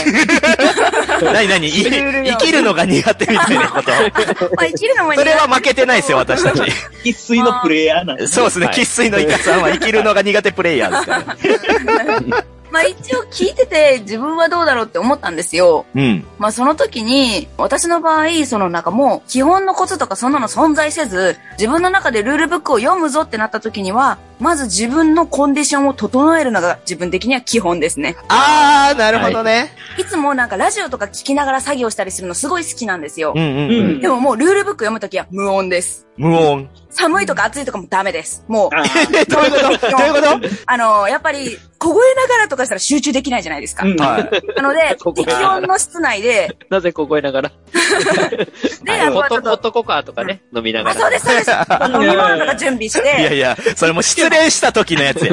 Speaker 1: なになにい生きるのが苦手みたい <laughs> なこと。
Speaker 2: まあ生きるのも苦
Speaker 1: そ
Speaker 2: 手
Speaker 1: れは負けてないですよ、私 <laughs> たち。
Speaker 3: 生粋のプレイヤーなんで。
Speaker 1: そうですね、
Speaker 4: はい
Speaker 1: 喫水のイカさんは生きるのが苦手プレイヤーですからね。
Speaker 2: まあ一応聞いてて自分はどうだろうって思ったんですよ。
Speaker 1: うん。
Speaker 2: まあその時に、私の場合、そのなんかもう基本のコツとかそんなの存在せず、自分の中でルールブックを読むぞってなった時には、まず自分のコンディションを整えるのが自分的には基本ですね。
Speaker 1: あー、なるほどね。
Speaker 2: いつもなんかラジオとか聞きながら作業したりするのすごい好きなんですよ。
Speaker 1: うんうん
Speaker 3: う
Speaker 1: うん。
Speaker 3: ん
Speaker 2: で。ももうルールブック読むときは無音です。
Speaker 1: 無音。
Speaker 2: 寒いとか暑いとかもダメです。もう、
Speaker 3: あ
Speaker 1: <laughs>
Speaker 3: ー
Speaker 1: え、どういうこと <laughs> どういうこと
Speaker 2: あの、やっぱり、凍えながらとかしたら集中できないじゃないですか。
Speaker 3: うん
Speaker 1: はい。
Speaker 2: なので
Speaker 4: こ、こ
Speaker 2: 適温の室内で、
Speaker 4: なぜここへながら。
Speaker 2: で、あとはちょっ
Speaker 4: 男
Speaker 2: と、
Speaker 4: 男かとかね、飲みなが
Speaker 2: あ、そう
Speaker 4: ら。
Speaker 2: です、そうです。飲み物とか準備し
Speaker 1: いや
Speaker 2: て、
Speaker 1: いや、それも失恋した時のや <laughs> つや。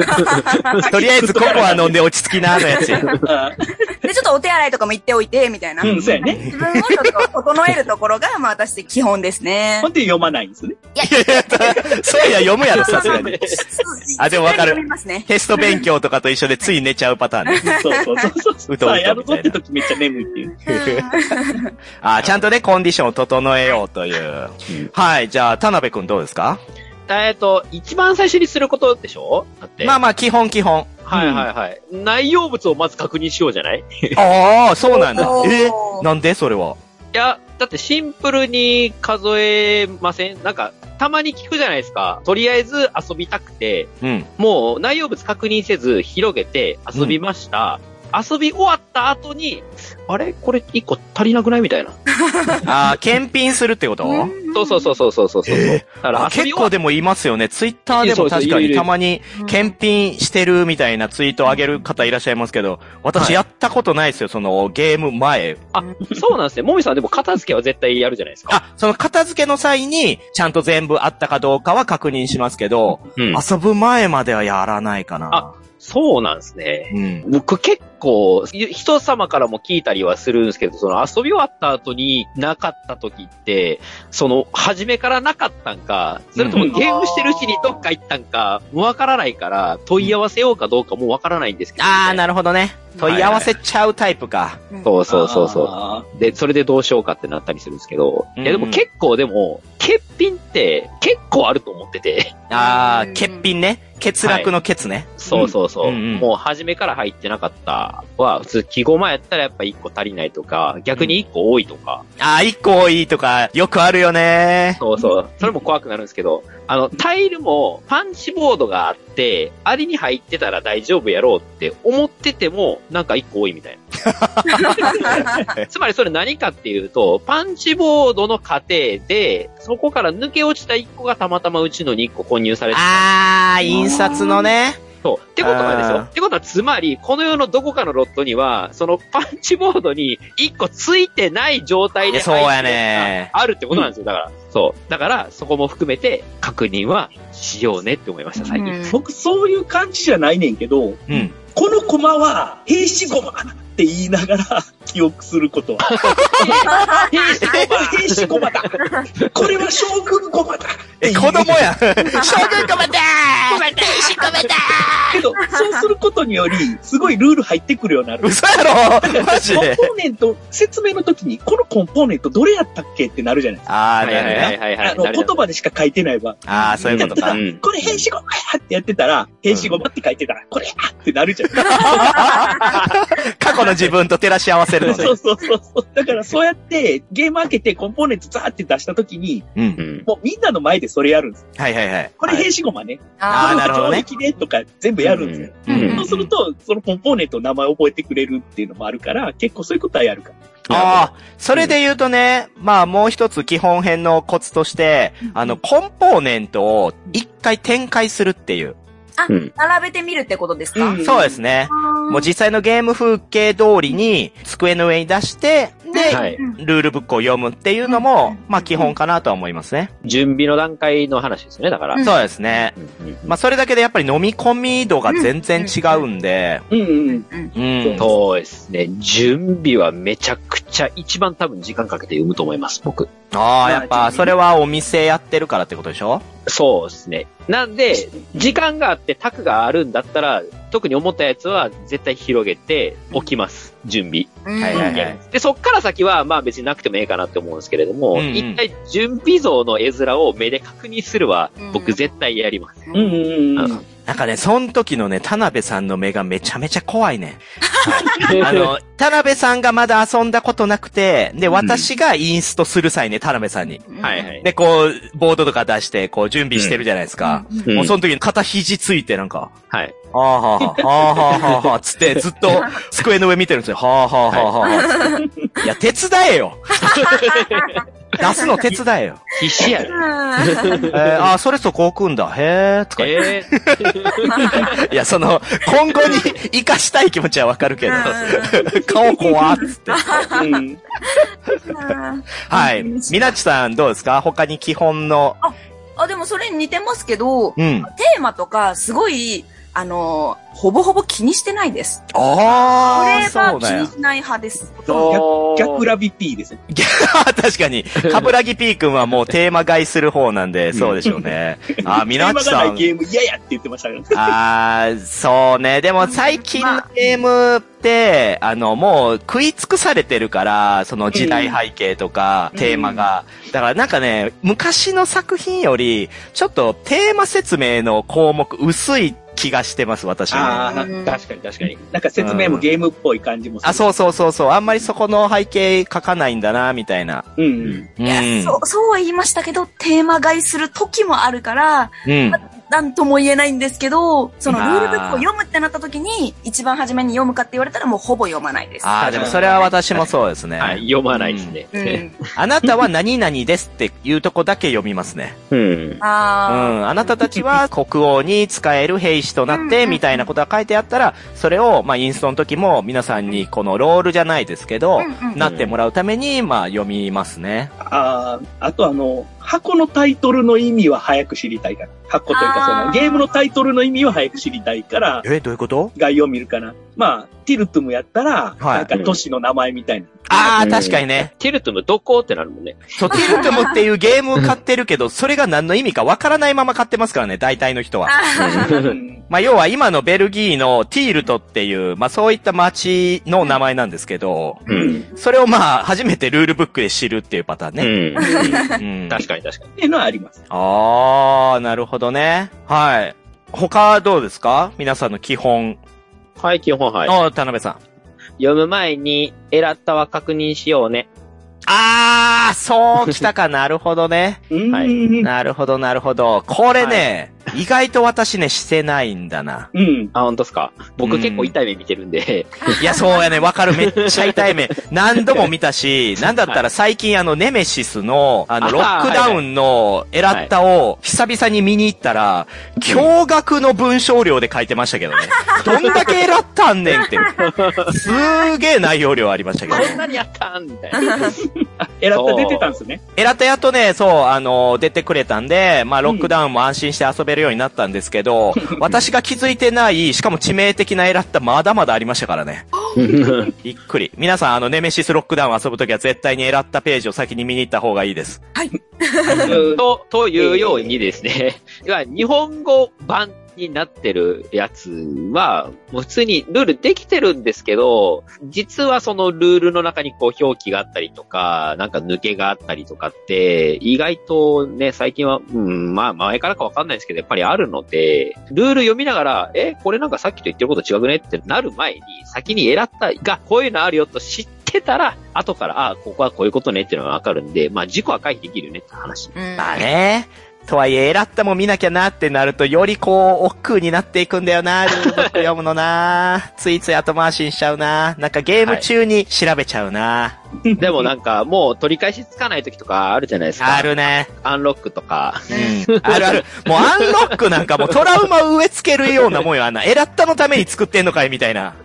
Speaker 1: とりあえずココア飲んで落ち着きなーのや <laughs> つや。
Speaker 3: あ
Speaker 2: で、ちょっとお手洗いとかも行っておいて、みたいな。
Speaker 3: ーうん、
Speaker 2: 自
Speaker 3: そうやね。
Speaker 2: 分をちょっと整えるところが、まあ私基本ですね
Speaker 3: ほ。んで読まないんですね。
Speaker 1: そういや、読むやろ、さすがに。あでもわかる
Speaker 2: 読みますね。
Speaker 1: テスト勉強とかと一緒でつい寝ちゃうパターンね。
Speaker 3: そうそうそうそう。
Speaker 1: うとうと
Speaker 3: さあ、やるぞって時めっちゃ眠いっていう。
Speaker 1: あーちゃんとね、コンディションを整えようという。はい、じゃあ、田辺くんどうですか
Speaker 4: えっと、一番最初にすることでしょだって。
Speaker 1: まあまあ、基本基
Speaker 4: <laughs>
Speaker 1: 本。
Speaker 4: はいはいはい。内容物をまず確認しようじゃない
Speaker 1: ああ、そうなんだ
Speaker 2: お。ー
Speaker 1: えなんでそれは。
Speaker 4: いや、だってシンプルに数えませんなんか、たまに聞くじゃないですか。とりあえず遊びたくて、
Speaker 1: うん。
Speaker 4: もう内容物確認せず広げて遊びました。遊び終わった後に、あれこれ一個足りなくないみたいな。
Speaker 1: ああ、検品するってこと、
Speaker 4: そうそうそうそうそうそうそう。だか
Speaker 1: あ
Speaker 4: ら遊
Speaker 1: 結
Speaker 4: び終わ
Speaker 1: 構
Speaker 4: っ
Speaker 1: でもいますよね。ツイッターで
Speaker 4: そ
Speaker 1: も
Speaker 4: うそう
Speaker 1: 確か
Speaker 4: いる
Speaker 1: に
Speaker 4: いる
Speaker 1: たまに検品してるみたいなツイートを上げる方いらっしゃいますけど、私やったことないですよ、そのゲーム前。
Speaker 4: あ、そうなんですね。もみさんでも片付けは絶対やるじゃないですか。
Speaker 1: あ、その片付けの際に、ちゃんと全部あったかどうかは確認しますけど、
Speaker 4: うん
Speaker 1: 遊ぶ前まではやらないかな。
Speaker 4: そうなんですね。
Speaker 1: うん。
Speaker 4: 僕結構、ゆ人様からも聞いたりはするんですけど、その遊び終わった後になかった時って、その、初めからなかったんか、それとも
Speaker 1: うん
Speaker 4: ゲームしてるうちにどっか行ったんか、わからないから、問い合わせようかどうかもわからないんですけど、
Speaker 1: あー、な
Speaker 4: る
Speaker 1: るほどね。問い合わせちゃうタイプか。
Speaker 4: そうそうそうそう。
Speaker 3: あ
Speaker 4: で、それでどうしようかってなったりするんですけど、いやでも
Speaker 1: うん
Speaker 4: 結構でも、欠品って結構あると思ってて、 <laughs>
Speaker 1: あ
Speaker 2: う
Speaker 1: ー、
Speaker 2: ん
Speaker 1: 欠品ね。欠落の欠ね。
Speaker 4: そうそうそう、
Speaker 1: うんうんうん
Speaker 4: もう初めから入ってなかったは、普通記号前やったらやっぱ1個足りないとか、逆に1個多いとか、
Speaker 1: あー、一個多いとか、よくあるよね。
Speaker 4: そうそう、それも怖くなるんですけど、あの、タイルもパンチボードがあって、ありに入ってたら大丈夫やろうって思ってても、なんか1個多いみたいな。つまりそれ何かっていうと、パンチボードの過程で、そこから抜け落ちた1個がたまたまうちの2個混入されてた。
Speaker 1: あー、印刷のね。
Speaker 4: そう。ってことはです
Speaker 1: あー
Speaker 4: よ。ってことはつまり、この世のどこかのロットには、そのパンチボードに1個ついてない状態で
Speaker 1: そうやね
Speaker 4: あるってことなんですよ。だから、そう。だから、そこも含めて確認はしようねって思いました、最
Speaker 2: <laughs>
Speaker 4: 近。
Speaker 3: ー僕、そういう感じじゃないねんけど、
Speaker 1: うん。
Speaker 3: このコマは、兵士駒って言いながら記憶することは。
Speaker 4: 兵士
Speaker 3: これは兵士駒だこれは将軍駒だって
Speaker 1: え、
Speaker 3: いう
Speaker 1: 子供やん。 <laughs> 将軍コメント
Speaker 3: けど、そうすることにより、すごいルール入ってくるようにな <laughs> る。
Speaker 1: 嘘やろマジ
Speaker 3: コン
Speaker 1: で。
Speaker 3: ポーネント、説明の時に、このコンポーネントどれやったっけってなるじゃないですか。
Speaker 1: あ
Speaker 4: は
Speaker 1: ー、
Speaker 4: いは
Speaker 1: ないる
Speaker 4: は
Speaker 1: ね。
Speaker 4: いはいはい
Speaker 3: あの、
Speaker 4: なる
Speaker 3: 言
Speaker 4: ほど。
Speaker 3: 葉でしか書いてないわ。
Speaker 1: あー、そういうことか。
Speaker 4: うん
Speaker 3: これ兵士駒やってやってたら、兵士駒って書いてたら、これやってなるじ
Speaker 1: <laughs>
Speaker 3: ゃない
Speaker 1: 過去の自分と照らし合わせるのね
Speaker 3: そ。うそうそうそう。だからそうやって、ゲーム開けてコンポーネントザーって出した時に、
Speaker 1: うん。
Speaker 4: うん
Speaker 3: もうみんなの前でそれやるんです。
Speaker 1: はいはいはい。
Speaker 3: これ兵士駒ね。
Speaker 1: あーなるほどね
Speaker 3: この上出来でとか全部やるんですよ。
Speaker 4: う
Speaker 2: うん
Speaker 4: ん
Speaker 3: そうすると、そのコンポーネントの名前覚えてくれるっていうのもあるから、結構そういうことはやるから。
Speaker 1: ああ、それで言うとね、まあもう一つ基本編のコツとして、あの、コンポーネントを一回展開するっていう。
Speaker 2: 並べてみるってことですか、
Speaker 3: うん
Speaker 1: そうですね。もう実際のゲーム風景通りに机の上に出して、で、
Speaker 4: はい。
Speaker 1: ルールブックを読むっていうのも、まあ基本かなとは思いますね。
Speaker 4: 準備の段階の話ですよね、だから。
Speaker 2: うん
Speaker 1: そうですね。
Speaker 4: うんうん
Speaker 1: まあそれだけでやっぱり飲み込み度が全然違うんで、
Speaker 3: うんうん。
Speaker 1: うん。
Speaker 4: そうですね。準備はめちゃくちゃ一番多分時間かけて読むと思います、僕。
Speaker 1: ああ、やっぱそれはお店やってるからってことでしょ
Speaker 4: そうですね。なんで、時間があってタクがあるんだったら、特に思ったやつは絶対広げておきます。準備。
Speaker 2: うん
Speaker 1: はいはいはい。
Speaker 4: で、そっから先は、まあ別になくてもええかなって思うんですけれども、
Speaker 1: うんうん
Speaker 4: 一体準備像の絵面を目で確認するは
Speaker 2: うん、
Speaker 4: 僕絶対やります。
Speaker 3: うんうんうん。
Speaker 1: なんかね、その時のね、田辺さんの目がめちゃめちゃ怖いね。 <laughs> あの、田辺さんがまだ遊んだことなくて、で、私がインストする際ね、田辺さんに。
Speaker 2: うん
Speaker 4: はいはい。
Speaker 1: で、こう、ボードとか出して、こう、準備してるじゃないですか。
Speaker 4: うん
Speaker 1: もうその時に肩肘ついてなんか、
Speaker 4: はい。 <laughs>
Speaker 1: あーはーはー、あーはーはーはー、つ <laughs> ってずっと机の上見てるんですよ。はーはーはーはーはー。いや、手伝えよ出すの手伝え <laughs> よ。
Speaker 4: 必死
Speaker 2: う
Speaker 4: やる。
Speaker 1: えー、あー、それそこ置くんだ。へー、とか言って
Speaker 4: え
Speaker 1: いや、その、今後に <laughs> 生かしたい気持ちはわかるけど、顔怖っつって。
Speaker 3: うん
Speaker 2: ん
Speaker 1: はい。みなちさんどうですか他に基本の。
Speaker 2: あ、でもそれに似てますけど、
Speaker 1: うん。
Speaker 2: テーマとか、すごい、あの、ほぼほぼ気にしてないです。こ
Speaker 1: あ
Speaker 2: れ
Speaker 1: あ、そ
Speaker 2: は
Speaker 1: う
Speaker 2: 気
Speaker 1: なん
Speaker 2: に
Speaker 1: や。
Speaker 2: しない派です。
Speaker 4: ー、
Speaker 3: 逆ラビ P ですね。
Speaker 1: <laughs> 確かに、カブラギ P 君はもうテーマ買いする方なんで、そうでしょうね。
Speaker 3: <laughs>
Speaker 1: あー、みなち
Speaker 3: テーマ
Speaker 1: さ
Speaker 3: がない
Speaker 1: ん。
Speaker 3: ゲーム嫌やって言ってましたから。
Speaker 1: あー、そうね。でも最近のゲームって、あの、もう食い尽くされてるから、その時代背景とか、
Speaker 3: うん
Speaker 1: テーマが。だからなんかね、昔の作品より、ちょっとテーマ説明の項目薄い気がしてます、私は。
Speaker 3: ああ、
Speaker 2: うん
Speaker 3: 確かに確かに。なんか説明もゲームっぽい感じもする。
Speaker 1: あ、そうそうそうそう。あんまりそこの背景書かないんだな、みたいな。
Speaker 3: う。うん。
Speaker 1: う
Speaker 2: いや、
Speaker 1: ん。
Speaker 2: そう、そうは言いましたけど、テーマ買いする時もあるから、
Speaker 1: うん。
Speaker 2: なんとも言えないんですけど、そのル
Speaker 1: まあ
Speaker 2: ールブックを読むってなった時に、一番初めに読むかって言われたらもうほぼ読まないです。
Speaker 1: ああ、でもそれは私もそうですね。
Speaker 4: はい、読まないです
Speaker 2: う
Speaker 4: ね。
Speaker 2: ん。
Speaker 1: あなたは何々ですっていうとこだけ読みますね。
Speaker 4: うん。
Speaker 1: う
Speaker 2: あ
Speaker 1: ん。あなたたち
Speaker 2: <laughs>
Speaker 1: は国王に仕える兵士となっ
Speaker 2: うんうんう
Speaker 1: て、
Speaker 2: ん
Speaker 1: みたいなことが書いてあったら、それを、まあ、インストの時も皆さんにこのロールじゃないですけ
Speaker 2: あ
Speaker 1: ど
Speaker 2: う、んうん
Speaker 1: なってもらうために、まあ、読みますね。
Speaker 3: ああ、あとあの、箱のタイトルの意味は早く知りたいから。箱というかそ
Speaker 2: あ
Speaker 3: の
Speaker 2: ー
Speaker 3: ゲームのタイトルの意味は早く知りたいから、
Speaker 1: え、どういうこと
Speaker 3: 概要を見るかな。まあ、ティルトゥムやったら、
Speaker 1: はい
Speaker 3: なんか都市の名前みたいな。
Speaker 1: あ
Speaker 4: う
Speaker 1: あ、
Speaker 4: ん
Speaker 1: 確かにね。
Speaker 4: ティルトムどこってなる
Speaker 2: <laughs>
Speaker 4: もんね。
Speaker 1: そう、ティルトムっていうゲーム買ってるけど、それが何の意味かわからないまま買ってますからね、大体の人は。
Speaker 2: あ
Speaker 3: うん
Speaker 1: まあ、要は今のベルギーのティールトっていう、まあ、そういった街の名前なんですけど、
Speaker 4: うん。
Speaker 1: それをまあ、初めてルールブックで知るっていうパターン
Speaker 4: う
Speaker 1: ね。
Speaker 4: ん。
Speaker 1: うん
Speaker 4: 確かに確かに。
Speaker 3: っていうのはあります。
Speaker 1: あー、なるほどね。はい。他どうですか皆さんの基本。
Speaker 4: はい、基本はい。
Speaker 1: お、田辺さん。
Speaker 4: 読む前に、エラッタは確認しようね。
Speaker 1: あー、そう来たかなるほど
Speaker 4: <laughs>
Speaker 1: ね。
Speaker 3: うん
Speaker 4: はい
Speaker 1: なるほど、なるほど。これね、意外と私ね、してないんだな。
Speaker 3: うん。
Speaker 4: あ、本当ですか
Speaker 1: う
Speaker 4: 僕
Speaker 1: ん
Speaker 4: 結構痛い目見てるんで。
Speaker 1: <laughs> いや、そうやね、わかる。めっちゃ痛い目。何度も見たし、なんだったら最近あの、ネメシスの、あの、
Speaker 4: あ
Speaker 1: ロックダウンのエラッタを久々に見に行ったら、驚愕の文章量で書いてましたけどね。どんだけエラッタあんねんって。すーげえ内容量ありましたけど。
Speaker 4: <laughs> こんなにやったんみたいな。
Speaker 3: あ、エラッタ出てたんですね。
Speaker 1: エラタやっとね、そう、あの出てくれたんで、まあ、ロックダウンも安心して遊べるようになったんですけど、私が気づいてない、しかも致命的なエラタまだまだありましたからね。びっくり。皆さん、あの、ネメシスロックダウン遊ぶときは絶対にエラタページを先に見に行った方がいいです。
Speaker 3: うん
Speaker 4: と、というようにですね、いわゆる日本語版になってるやつは、もう普通にルールできてるんですけど、実はそのルールの中にこう表記があったりとか、なんか抜けがあったりとかって、意外とね、最近は、うん、まあ前からかわかんないですけど、やっぱりあるので、ルール読みながら、え、これなんかさっきと言ってること違くねってなる前に、先に選ったが、こういうのあるよと知ってたら、後から、あ、ここはこういうことねっていうのがわかるんで、まあ自己は回避できるよねって話。
Speaker 2: うん
Speaker 1: まあね。とはいえ、エラッタも見なきゃなってなると、よりこう、億劫になっていくんだよな、ルールブック読むの
Speaker 4: <laughs>
Speaker 1: な。ついつい後回しにしちゃうな。なんかゲーム中に調べちゃうな。
Speaker 4: でもなんか、もう取り返しつかない時とかあるじゃないですか。
Speaker 1: あ。るね。
Speaker 4: アンロック
Speaker 1: <laughs>
Speaker 4: とか。
Speaker 1: うんあるある。もうアンロックなんかもうトラウマ植え付けるようなもんよ。あんな、エラッタのために作ってんのかいみたいな。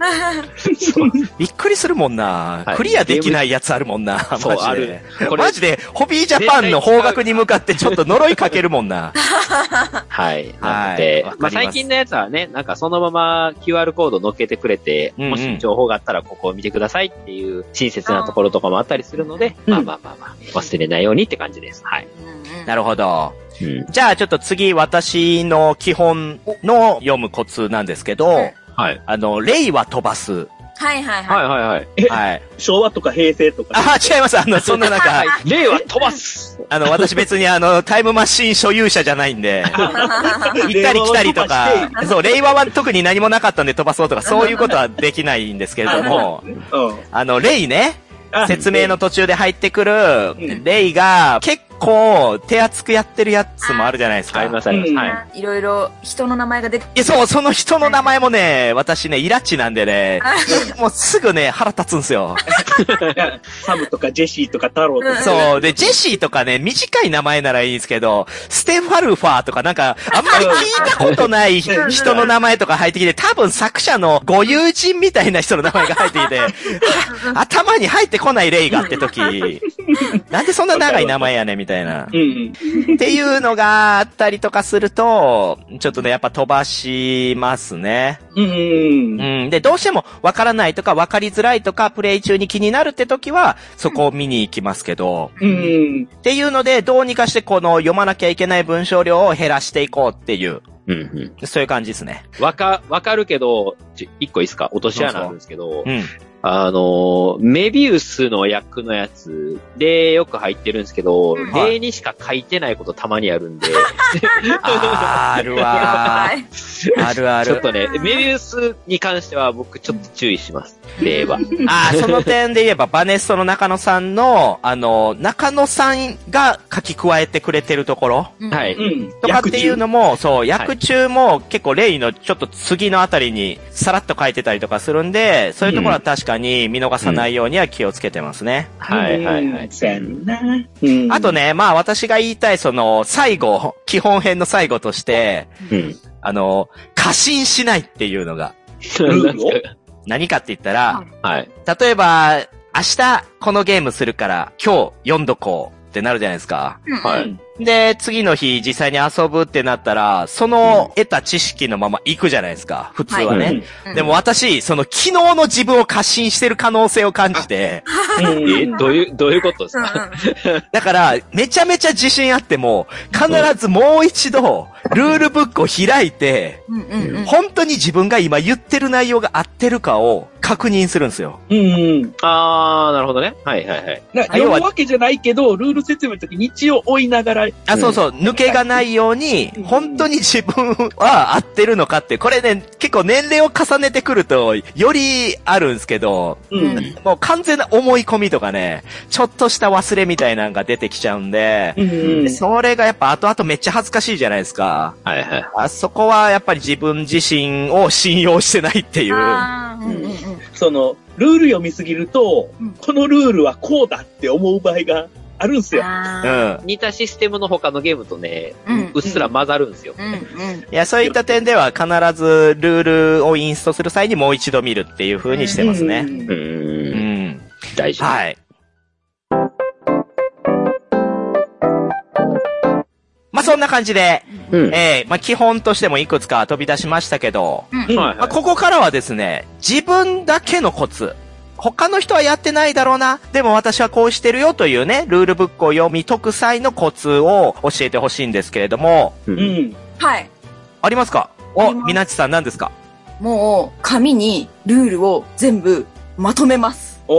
Speaker 1: びっくりするもんな。
Speaker 4: はい
Speaker 1: クリアできないやつあるもんな。マジ
Speaker 4: そう
Speaker 1: で。
Speaker 4: あるこれ
Speaker 1: マジで、ホビージャパンの方角に向かってちょっと呪いかけるもんな。
Speaker 4: はい。なので、
Speaker 1: わかり
Speaker 4: ま
Speaker 1: ま
Speaker 4: あ
Speaker 1: す
Speaker 4: 最近のやつはね、なんかそのまま QR コード乗っけてくれて、
Speaker 1: うんうん
Speaker 4: もし情報があったらここを見てくださいっていう親切なところとかもあったりするので、
Speaker 3: うん
Speaker 4: まあまあまあまあ、忘れないようにって感じです。はい。
Speaker 1: <laughs> なるほど。
Speaker 4: うん。
Speaker 1: じゃあちょっと次私の基本の読むコツなんですけど、
Speaker 4: はい。
Speaker 1: あの、レイは飛ばす。
Speaker 2: はいはい
Speaker 4: は
Speaker 2: はい
Speaker 4: はいはい。
Speaker 1: はい。
Speaker 3: 昭和とか平成とか。
Speaker 1: あ、違います。あの、そんななんか、
Speaker 4: 例は飛ば
Speaker 1: <laughs>
Speaker 4: す
Speaker 1: あの、私別にあの、タイムマシン所有者じゃないんで。
Speaker 2: い。
Speaker 1: 行ったり来たりとか、そう、令和は特に何もなかったんで飛ばそうとか、そういうことはできないんですけれども、
Speaker 3: うん
Speaker 1: あの、レイね、
Speaker 3: あ
Speaker 1: <laughs> 説明の途中で入ってくる
Speaker 3: ん、
Speaker 1: レイが、結構、手厚くやってるやつもあるじゃないです
Speaker 4: あ
Speaker 1: か。
Speaker 4: りま
Speaker 1: い
Speaker 4: すあります。はい。
Speaker 2: いろいろ人の名前が出て
Speaker 1: や、そう、その人の名前もね、私ね、イラチなんでね、もうすぐね、腹立つんですよ。
Speaker 3: サムとかジェシーとか太郎とか。
Speaker 1: そう。で、ジェシーとかね、短い名前ならいいんですけど、ステファルファーとかなんか、あんまり聞いたことない
Speaker 3: うん
Speaker 1: 人の名前とか入ってきて、多分作者のご友人みたいな人の名前が入ってきて、は頭に入ってこない例があって時、なんでそんな長い名前やねんみたいな。
Speaker 3: うんうん。
Speaker 1: っていうのがあったりとかすると、ちょっとね、やっぱ飛ばしますね。
Speaker 3: うんうんうん。
Speaker 1: うん。で、どうしても分からないとか分かりづらいとか、プレイ中に気になるって時は、そこを見に行きますけど、
Speaker 3: うん。
Speaker 1: っていうので、どうにかしてこの読まなきゃいけない文章量を減らしていこうっていう、
Speaker 4: うんう
Speaker 1: そういう感じですね。
Speaker 4: ん。わか、わかるけど、ち一個いいですか落とし穴あるんですけど
Speaker 1: う、ん。
Speaker 4: あの、メビウスの役のやつ、例よく入ってるんですけど、
Speaker 2: うん
Speaker 1: はい
Speaker 4: 例にしか書いてないことたまにあるんで、
Speaker 1: あーあるわ
Speaker 2: は
Speaker 1: ー。
Speaker 2: い。
Speaker 1: あるあ
Speaker 4: ちょっ
Speaker 1: る。
Speaker 4: とね、メビウスに関しては僕ちょっと注意します。例は。
Speaker 1: ああ、その点で言えば、バネストの中野さんの、あの、中野さんが書き加えてくれてるところ
Speaker 4: は
Speaker 3: う
Speaker 4: い。
Speaker 3: ん。
Speaker 1: とかっていうのも、そう、
Speaker 4: はい
Speaker 1: 役中も結構例のちょっと次のあたりにさらっと書いてたりとかするんで、そういうところは確かに見逃さないようには気をつけてますね。
Speaker 4: はいはいは
Speaker 3: う
Speaker 4: い
Speaker 3: ん。そうやんな。うん
Speaker 1: あと。ね、まあ私が言いたい、その、最後、基本編の最後として、
Speaker 4: うん。
Speaker 1: あの、過信しないっていうのが、
Speaker 3: ルールを
Speaker 1: 何かって言ったら、
Speaker 4: はい。
Speaker 1: 例えば、明日このゲームするから、今日読んどこう。ってなるじゃないですか。
Speaker 2: うんうん
Speaker 4: はい。
Speaker 1: で、次の日実際に遊ぶってなったら、その得た知識のまま行くじゃないですか、普通は
Speaker 4: は
Speaker 1: ね。
Speaker 2: うん
Speaker 1: でも私、その昨日の自分を過信してる可能性を感じて、
Speaker 3: うん
Speaker 4: え、どういう、どういうことです
Speaker 2: うんう
Speaker 4: か
Speaker 2: ん
Speaker 1: だから、めちゃめちゃ自信あっても、必ずもう一度、ルールブックを開いて、
Speaker 2: うんうんうん
Speaker 1: 本当に自分が今言ってる内容が合ってるかを確認するんですよ。
Speaker 3: うんうん。
Speaker 4: あー、なるほどね。はいはいはい。
Speaker 3: な
Speaker 1: 要
Speaker 3: 読
Speaker 1: は
Speaker 3: むわけじゃないけど、ルール説明の時に一応追いながら、
Speaker 1: あ、そうそう、抜けがないように
Speaker 3: うん、
Speaker 1: 本当に自分は合ってるのかって、これね、結構年齢を重ねてくると、よりあるんですけど、
Speaker 3: うん。
Speaker 2: うん
Speaker 1: もう完全な思い込みとかね、ちょっとした忘れみたいなのが出てきちゃうんで、
Speaker 3: うんうん。
Speaker 1: それがやっぱ後々めっちゃ恥ずかしいじゃないですか。
Speaker 4: はいはい。
Speaker 1: あそこはやっぱり自分自身を信用してないっていう。
Speaker 2: あーうんうんうん
Speaker 3: その、ルール読みすぎると
Speaker 2: うん、
Speaker 3: このルールはこうだって思う場合があるんすよ。
Speaker 1: う
Speaker 2: あ
Speaker 1: ん。
Speaker 4: 似たシステムの他のゲームとね、
Speaker 2: ーうん
Speaker 4: うっすら混ざるんですよ。
Speaker 2: うんうん
Speaker 1: いや、そういった点では必ずルールをインストする際にもう一度見るっていう風にしてますね。
Speaker 4: う
Speaker 3: ね。
Speaker 1: うん。
Speaker 4: ん。大事。
Speaker 1: はい。まあ、そんな感じで、
Speaker 4: うん。
Speaker 1: ええまあ、基本としてもいくつか飛び出しましたけど、
Speaker 2: うん
Speaker 4: はい
Speaker 1: ま
Speaker 4: は
Speaker 1: あ、ここからはですね、自分だけのコツ。他の人はやってないだろうな。でも私はこうしてるよというね、ルールブックを読み解く際のコツを教えてほしいんですけれども、
Speaker 4: い。う
Speaker 3: うんん。
Speaker 2: はい。
Speaker 1: ありますか
Speaker 2: あ
Speaker 1: お、
Speaker 2: ります
Speaker 1: みなっちさん何ですか
Speaker 2: もう、紙にルールを全部まとめます。
Speaker 1: あー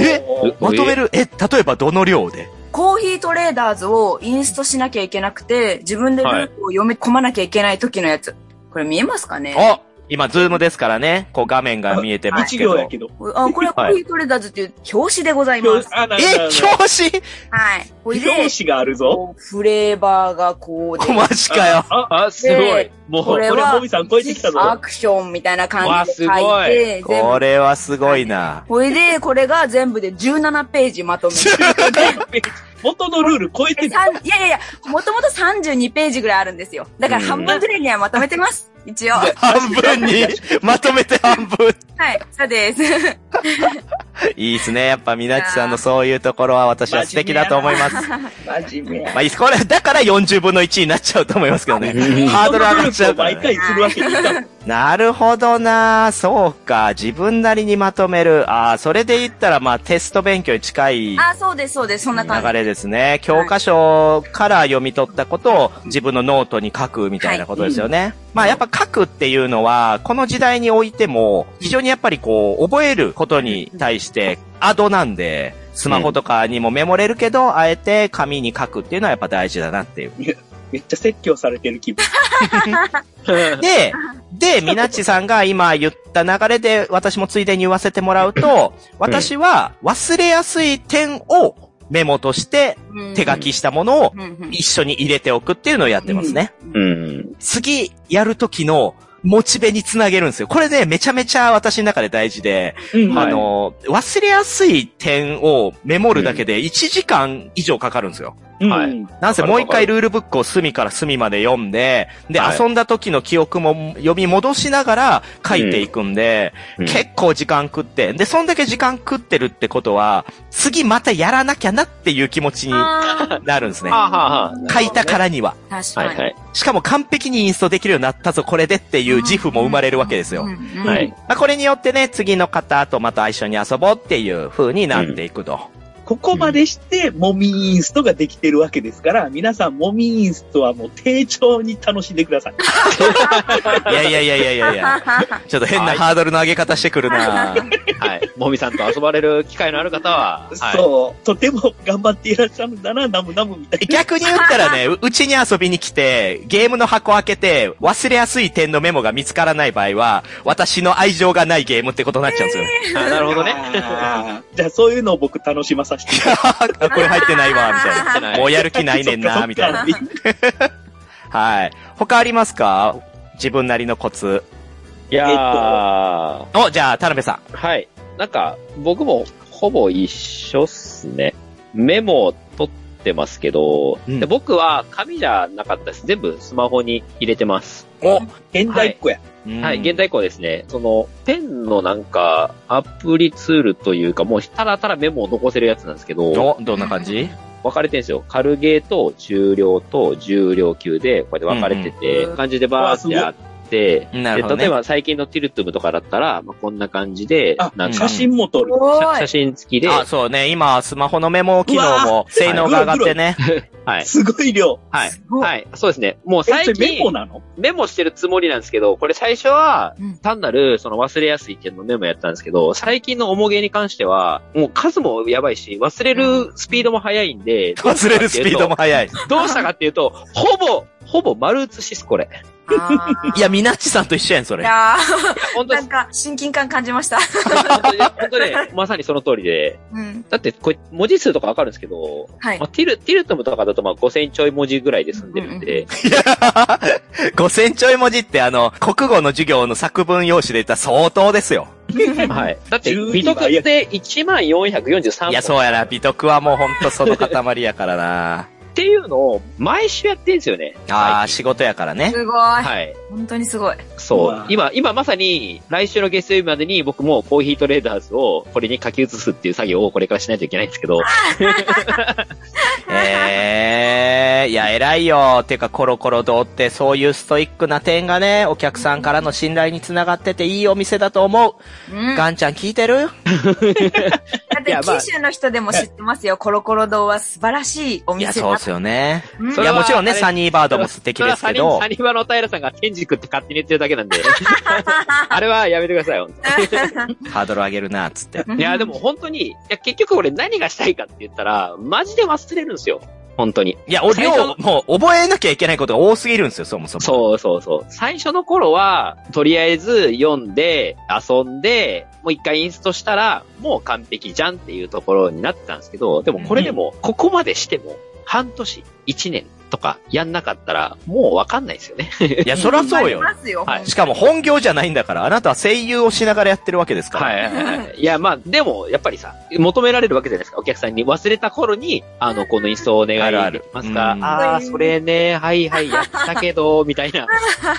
Speaker 1: え
Speaker 3: おー
Speaker 1: まとめる、え、例えばどの量で
Speaker 2: コーヒートレーダーズをインストしなきゃいけなくて、自分でルールを読み込まなきゃいけない時のやつ。これ見えますかね
Speaker 1: お今、ズームですからね、こう画面が見えてます
Speaker 3: 一
Speaker 1: けど。
Speaker 3: 行やけど。
Speaker 2: あ、これはコーヒートレーダーズっていう表紙でございます。
Speaker 3: あなるほど
Speaker 1: え、表紙
Speaker 2: はい。これで
Speaker 3: 表、紙があるぞ。
Speaker 2: こうフレーバーがこうで、
Speaker 1: マジかよ。
Speaker 3: あ、
Speaker 4: あ、すごい
Speaker 2: で。
Speaker 4: もう、
Speaker 2: これ
Speaker 3: これ
Speaker 2: は
Speaker 3: もみさん超えてきたぞ。
Speaker 2: アクションみたいな感じで書
Speaker 4: わあ
Speaker 2: い
Speaker 4: すごい
Speaker 2: て、全
Speaker 1: こ
Speaker 2: 部。
Speaker 1: れはすごいな。
Speaker 2: これで、これが全部で17ページまとめて。
Speaker 3: <laughs> 元のルール超えてる。
Speaker 2: 三いやいやいや、もともと32ページぐらいあるんですよ。だから半分ぐらいにはまとめてます。一応。は
Speaker 1: 半分に、まとめて半分。
Speaker 2: い、そうです。
Speaker 1: いいっすね。やっぱ、みなっちさんのそういうところは私は素敵だと思います。
Speaker 3: 真面目や。
Speaker 1: まあいいっす。これ、だから40分の1になっちゃうと思いますけどね。ハードル上がっ <laughs> ちゃうから、
Speaker 3: 毎回
Speaker 1: ね。
Speaker 3: するわけにいかん。
Speaker 1: なるほどなそうか。自分なりにまとめる。ああ、それで言ったら、まあ、テスト勉強に近い
Speaker 2: あ、そうです、そうです。そんな感じ。
Speaker 1: 流れですね。教科書から読み取ったことを自分のノートに書くみたいなことですよね。まあやっぱ書くっていうのは、この時代においても、非常にやっぱりこう、覚えることに対してアドなんで、スマホとかにもメモれるけど、あえて紙に書くっていうのはやっぱ大事だなっていう。
Speaker 3: めっちゃ説教されてる気分。
Speaker 1: で、で、みなっちさんが今言った流れで、私もついでに言わせてもらうと、私は忘れやすい点をメモとして
Speaker 2: うん
Speaker 1: 手書きしたものを
Speaker 2: うんうん
Speaker 1: 一緒に入れておくっていうのをやってますね。
Speaker 4: うん。
Speaker 1: 次やるときのモチベにつなげるんですよ。これね、めちゃめちゃ私の中で大事で、
Speaker 3: うん
Speaker 1: あの、忘れやすい点をメモるだけで1時間以上かかるんですよ。
Speaker 3: うん
Speaker 4: はい
Speaker 1: なんせ
Speaker 4: わ
Speaker 1: も
Speaker 4: か
Speaker 1: う
Speaker 4: る
Speaker 1: 一回ルールブックを隅から隅まで読んで、で、
Speaker 4: はい
Speaker 1: 遊んだ時の記憶も読み戻しながら書いていくんで、結構時間食って、で、そんだけ時間食ってるってことは、次またやらなきゃなっていう気持ちに
Speaker 2: あ
Speaker 1: なるんですね
Speaker 4: は。あはあはあ
Speaker 1: 書いたからには。
Speaker 2: ー確
Speaker 4: は
Speaker 2: か
Speaker 4: いは
Speaker 2: に。
Speaker 4: い。
Speaker 1: しかも完璧にインストできるようになったぞ、これでっていう自負も生まれるわけですよ。
Speaker 2: うん
Speaker 1: ま
Speaker 2: うん
Speaker 4: は
Speaker 3: うん
Speaker 4: い。
Speaker 1: あ、これによってね、次の方とまた一緒に遊ぼうっていう風になっていくと。
Speaker 3: ここまでして、モミインストができてるわけですから、皆さん、モミインストはもう、丁重に楽しんでください。
Speaker 1: いやいやいやいやいやい
Speaker 2: <laughs>
Speaker 1: や。ちょっと変なハードルの上げ方して
Speaker 4: <laughs>
Speaker 1: くるな
Speaker 4: はい。もみさんと遊ばれる機会のある方は、はい。
Speaker 3: そう。とても頑張っていらっしゃるんだな、ナムナムみたい
Speaker 1: 逆に言ったらね、
Speaker 3: <laughs>
Speaker 1: ううちに遊びに来て、ゲームの箱開けて、忘れやすい点のメモが見つからない場合は、私の愛情がないゲームってことになっちゃうんですよ。
Speaker 4: あなるほど
Speaker 3: な。
Speaker 4: ね。
Speaker 3: あーじゃあ、そういうのを僕楽しまさせていただき
Speaker 1: あ <laughs> これ入ってないわ、
Speaker 3: <laughs>
Speaker 1: みたい
Speaker 4: は
Speaker 1: な。
Speaker 4: い
Speaker 1: もうやる気ないねんな、みたいな。
Speaker 3: そっかそっか
Speaker 1: はい。他ありますか自分なりのコツ。
Speaker 4: いやー。
Speaker 1: お、じゃあ、田辺さん。
Speaker 4: はい。なんか、僕もほぼ一緒っすね。メモを取ってますけど、
Speaker 1: うん
Speaker 4: で僕は紙じゃなかったです。全部スマホに入れてます。
Speaker 1: お、
Speaker 3: 現代っ子や。
Speaker 4: はい。現代以降ですね、その、ペンのなんか、アプリツールというか、もうただただメモを残せるやつなんですけど、
Speaker 1: お、どんな感じ
Speaker 4: ま分かれてるんですよ。軽ゲーと重量と重量級で、こうやって分かれてて、
Speaker 2: うんうん
Speaker 4: 感じでバーってあって、
Speaker 1: なるほど、ね。
Speaker 4: で例えば最近のティルトゥムとかだったら、まあ、こんな感じで、
Speaker 3: あ
Speaker 4: なん
Speaker 3: 写
Speaker 4: か、
Speaker 3: 真も撮る。
Speaker 2: お
Speaker 4: 写
Speaker 2: ー
Speaker 4: 写
Speaker 2: い。
Speaker 4: 真付きで、
Speaker 1: あ、そうね。今、スマホのメモ機能
Speaker 3: う
Speaker 1: も性能が上がってね。
Speaker 4: はい。
Speaker 3: すごい量。
Speaker 4: はい。
Speaker 2: ごい
Speaker 4: はい。そうですね。もう
Speaker 3: え、そ
Speaker 4: 最
Speaker 3: れメモ
Speaker 4: 近、
Speaker 3: なの
Speaker 4: メモしてるつもりなんですけど、これ最初は
Speaker 2: うん、
Speaker 4: 単なる、その忘れやすい点のメモやったんですけど、最近の重げに関しては、もう数もやばいし、忘れるスピードも速いんで、
Speaker 1: 忘れるスピードも速い。
Speaker 4: どうしたかっていうと、ほぼ、ほぼ丸写しです、
Speaker 2: <laughs>
Speaker 4: これ。
Speaker 2: あー
Speaker 1: いや、みなっちさんと一緒やん、そ
Speaker 2: い
Speaker 1: れ。
Speaker 2: や
Speaker 4: 本
Speaker 2: ー、
Speaker 4: 当
Speaker 2: な
Speaker 4: で
Speaker 2: ん
Speaker 4: す。
Speaker 2: か、親近感感じました。
Speaker 4: 本当に、本当ね、まさにその通りで。
Speaker 2: うん。
Speaker 4: だって、これ、文字数とかわかるんですけど、
Speaker 2: はい
Speaker 4: まあ、。ティル、ティルトムとかだと、まあ、5000ちょい文字ぐらいで済んでるんで、
Speaker 1: 5000ちょい文字って、あの、国語の授業の作文用紙で言ったら相当ですよ。
Speaker 4: はい。だって、
Speaker 3: 12
Speaker 4: 美徳って1443本。
Speaker 1: いや、そうやな。美徳はもうほんとその塊や
Speaker 4: <laughs>
Speaker 1: からな。
Speaker 4: っていうのを毎週やってるんですよね。
Speaker 1: ああ、
Speaker 4: 最
Speaker 1: 仕事やからね。
Speaker 2: すごい。
Speaker 4: 近はい。
Speaker 2: 本当にすごい。
Speaker 4: そうう
Speaker 3: わ。
Speaker 4: 今、今まさに来週の月曜日までに僕もコーヒートレーダーズをこれに書き写すっていう作業をこれからしないといけないんですけど、
Speaker 1: ええいや、偉いよ。てか、コロコロ堂って、そういうストイックな点がね、お客さんからの信頼につながってていいお店だと思う。
Speaker 2: うん。だ
Speaker 1: ガンちゃん聞いてる
Speaker 2: って、九州の人でも知ってますよ。コロコロ堂は素晴らしいお
Speaker 1: いや、
Speaker 2: 店
Speaker 1: そう
Speaker 2: だ
Speaker 1: っすよね。
Speaker 2: うん
Speaker 4: そ
Speaker 1: い
Speaker 4: れ
Speaker 1: や、
Speaker 4: は
Speaker 1: もちろんね、
Speaker 4: あれ
Speaker 1: サニーバードも素敵ですけ
Speaker 4: それは
Speaker 1: ど
Speaker 4: サニ、サニバの平さんが天竺って勝手に言ってるだけな
Speaker 2: <laughs>
Speaker 4: んで、あれはやめてください本
Speaker 1: ハードル上げるな、つって。
Speaker 4: 当に。いや、でも。本当に、いや、結局俺何がしたいかって言ったら、マジで忘れるんですよ。本当に。
Speaker 1: いや、お
Speaker 4: 最初
Speaker 1: 量、もう、覚えなきゃいけないことが多すぎるんですよ、そもそも。
Speaker 4: そうそうそう。最初の頃は、とりあえず読んで、遊んで、もう一回インストしたら、もう完璧じゃんっていうところになってたんですけど、でもこれでも、ここまでしても、半年、一年とかやんなかったら、もうわかんないですよね。
Speaker 1: いや、そらそうよ
Speaker 2: あ。りますよ。
Speaker 4: はい
Speaker 1: しかも本業じゃないんだから、あなたは声優をしながらやってるわけですから。
Speaker 4: はいはい <laughs> はい。いや、まあ、でも、やっぱりさ、求められるわけじゃないですか。お客さんに忘れた頃に、あの、このインストをお願い
Speaker 1: あるあ
Speaker 4: で
Speaker 1: る
Speaker 4: きますか
Speaker 1: うん
Speaker 4: ああー、それね、はいはい、やったけど、 <laughs> みたいな。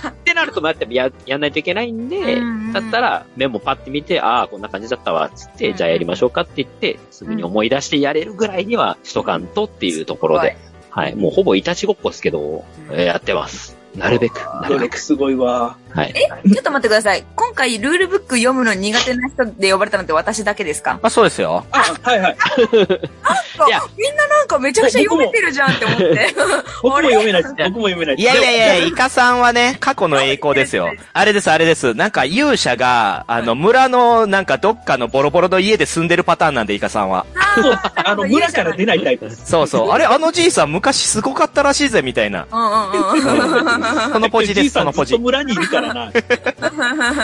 Speaker 4: ってなると、まあやってもや、やんないといけないんで、
Speaker 2: うん
Speaker 4: だったら、メモパッて見て、ああ、こんな感じだったわ、つって、じゃあやりましょうかって言って、すぐに思い出してやれるぐらいには、しとかんとっていうところで、はい、もうほぼいたちごっこですけど、えーやってます。なるべく、なる
Speaker 3: 努
Speaker 4: べ
Speaker 3: 力
Speaker 4: く。
Speaker 3: すごいわ。
Speaker 4: はい。
Speaker 2: ちょっと待ってください。今回、ルールブック読むの苦手な人で呼ばれたのって私だけですか
Speaker 1: まあ、そうですよ。
Speaker 3: あ、はい
Speaker 1: <laughs>
Speaker 3: はい。
Speaker 4: いや
Speaker 2: みんななんかめちゃくちゃ読めてるじゃんって思って。
Speaker 3: 僕も読めないです。
Speaker 4: あれ
Speaker 3: 僕も読めないで
Speaker 1: い
Speaker 3: す。
Speaker 1: やいやいや、イカさんはね、 <laughs> 過去の栄光ですよ。あれです、あれです。なんか勇者が、あの、村の、なんかどっかのボロボロの家で住んでるパターンなんで、イカさんは。
Speaker 3: でも
Speaker 1: <laughs>
Speaker 3: あの、
Speaker 2: いいじゃな
Speaker 3: 村
Speaker 2: い
Speaker 3: から出ないタイプです。
Speaker 1: そう <laughs> そう。あれ、あのじいさん昔すごかったらしいぜ、みた <laughs> いな。
Speaker 2: うんうんうん。
Speaker 1: そのポジで
Speaker 3: じい
Speaker 1: す、
Speaker 3: さ
Speaker 1: そ
Speaker 3: ん
Speaker 1: の
Speaker 3: ず
Speaker 1: ポ
Speaker 3: っと
Speaker 1: ジ。
Speaker 3: 村にいるからな。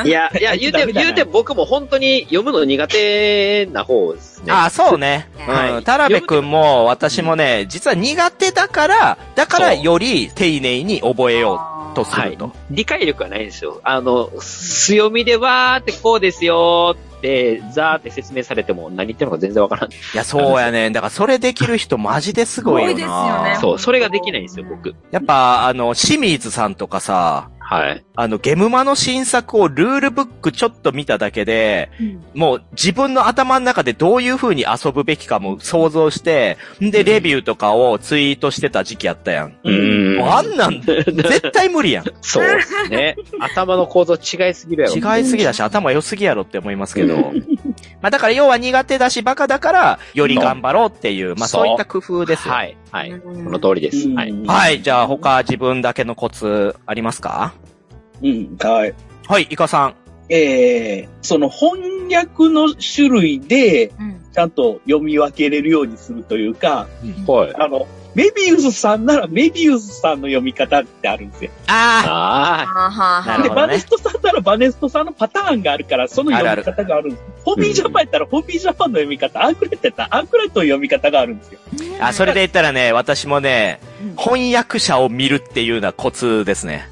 Speaker 4: いや、いや、言う
Speaker 3: ダ
Speaker 4: て、
Speaker 3: メだな
Speaker 4: 言うて僕も本当に読むの苦手な方ですね。
Speaker 1: あ、そうね。
Speaker 4: はい
Speaker 1: うん。田辺くんも、私もね、実は苦手だから、だからより丁寧に覚えようとすると。
Speaker 4: 理解力がないんですよ。あの、強みでわーってこうですよーって、ざーって説明されても何言ってるのか全然わからん。
Speaker 1: いや、そうやね。だからそれできる人マジですごいよな。
Speaker 2: すごいですよね
Speaker 4: そう、それができないんですよ、僕。
Speaker 1: やっぱ、あの、清水さんとかさ、
Speaker 4: はい。
Speaker 1: あの、ゲムマの新作をルールブックちょっと見ただけで、もう自分の頭の中でどういう風に遊ぶべきかも想像して、んで、レビューとかをツイートしてた時期やったやん。
Speaker 4: うーん。
Speaker 1: もうあん
Speaker 4: <laughs>
Speaker 1: なん、絶対無理やん。
Speaker 4: そうですね。頭の構造違いすぎるやろ。
Speaker 1: 違いすぎだし、頭良すぎやろって思いますけど。まあだから要は苦手だし、バカだから、より頑張ろうっていう、まあ
Speaker 4: そう
Speaker 1: そういった工夫ですよ。
Speaker 4: は
Speaker 1: はい。
Speaker 4: い。はい。こ
Speaker 2: うん
Speaker 4: の通りです。はい。
Speaker 3: うん
Speaker 1: はい、じゃあ他自分だけのコツありますか
Speaker 3: うん、はい。
Speaker 1: はい、イカさん。
Speaker 3: えー、その翻訳の種類で、
Speaker 2: うん
Speaker 3: ちゃんと読み分けれるようにするというか、
Speaker 4: はい。
Speaker 3: あの、メビウスさんならメビウスさんの読み方ってあるんですよ。
Speaker 1: あ
Speaker 4: あ
Speaker 2: はあはあ
Speaker 1: な
Speaker 2: は
Speaker 1: る
Speaker 3: で、
Speaker 1: ほどね
Speaker 3: バネストさんならバネストさんのパターンがあるから、その読み方があるんです。ホビージャパンやったらホビージャパンの読み方、アンクレットやったらアンクレットの読み方があるんですよ。
Speaker 1: あ、それで言ったらね、私もね、
Speaker 2: うん
Speaker 1: 翻訳者を見るっていうのはコツですね。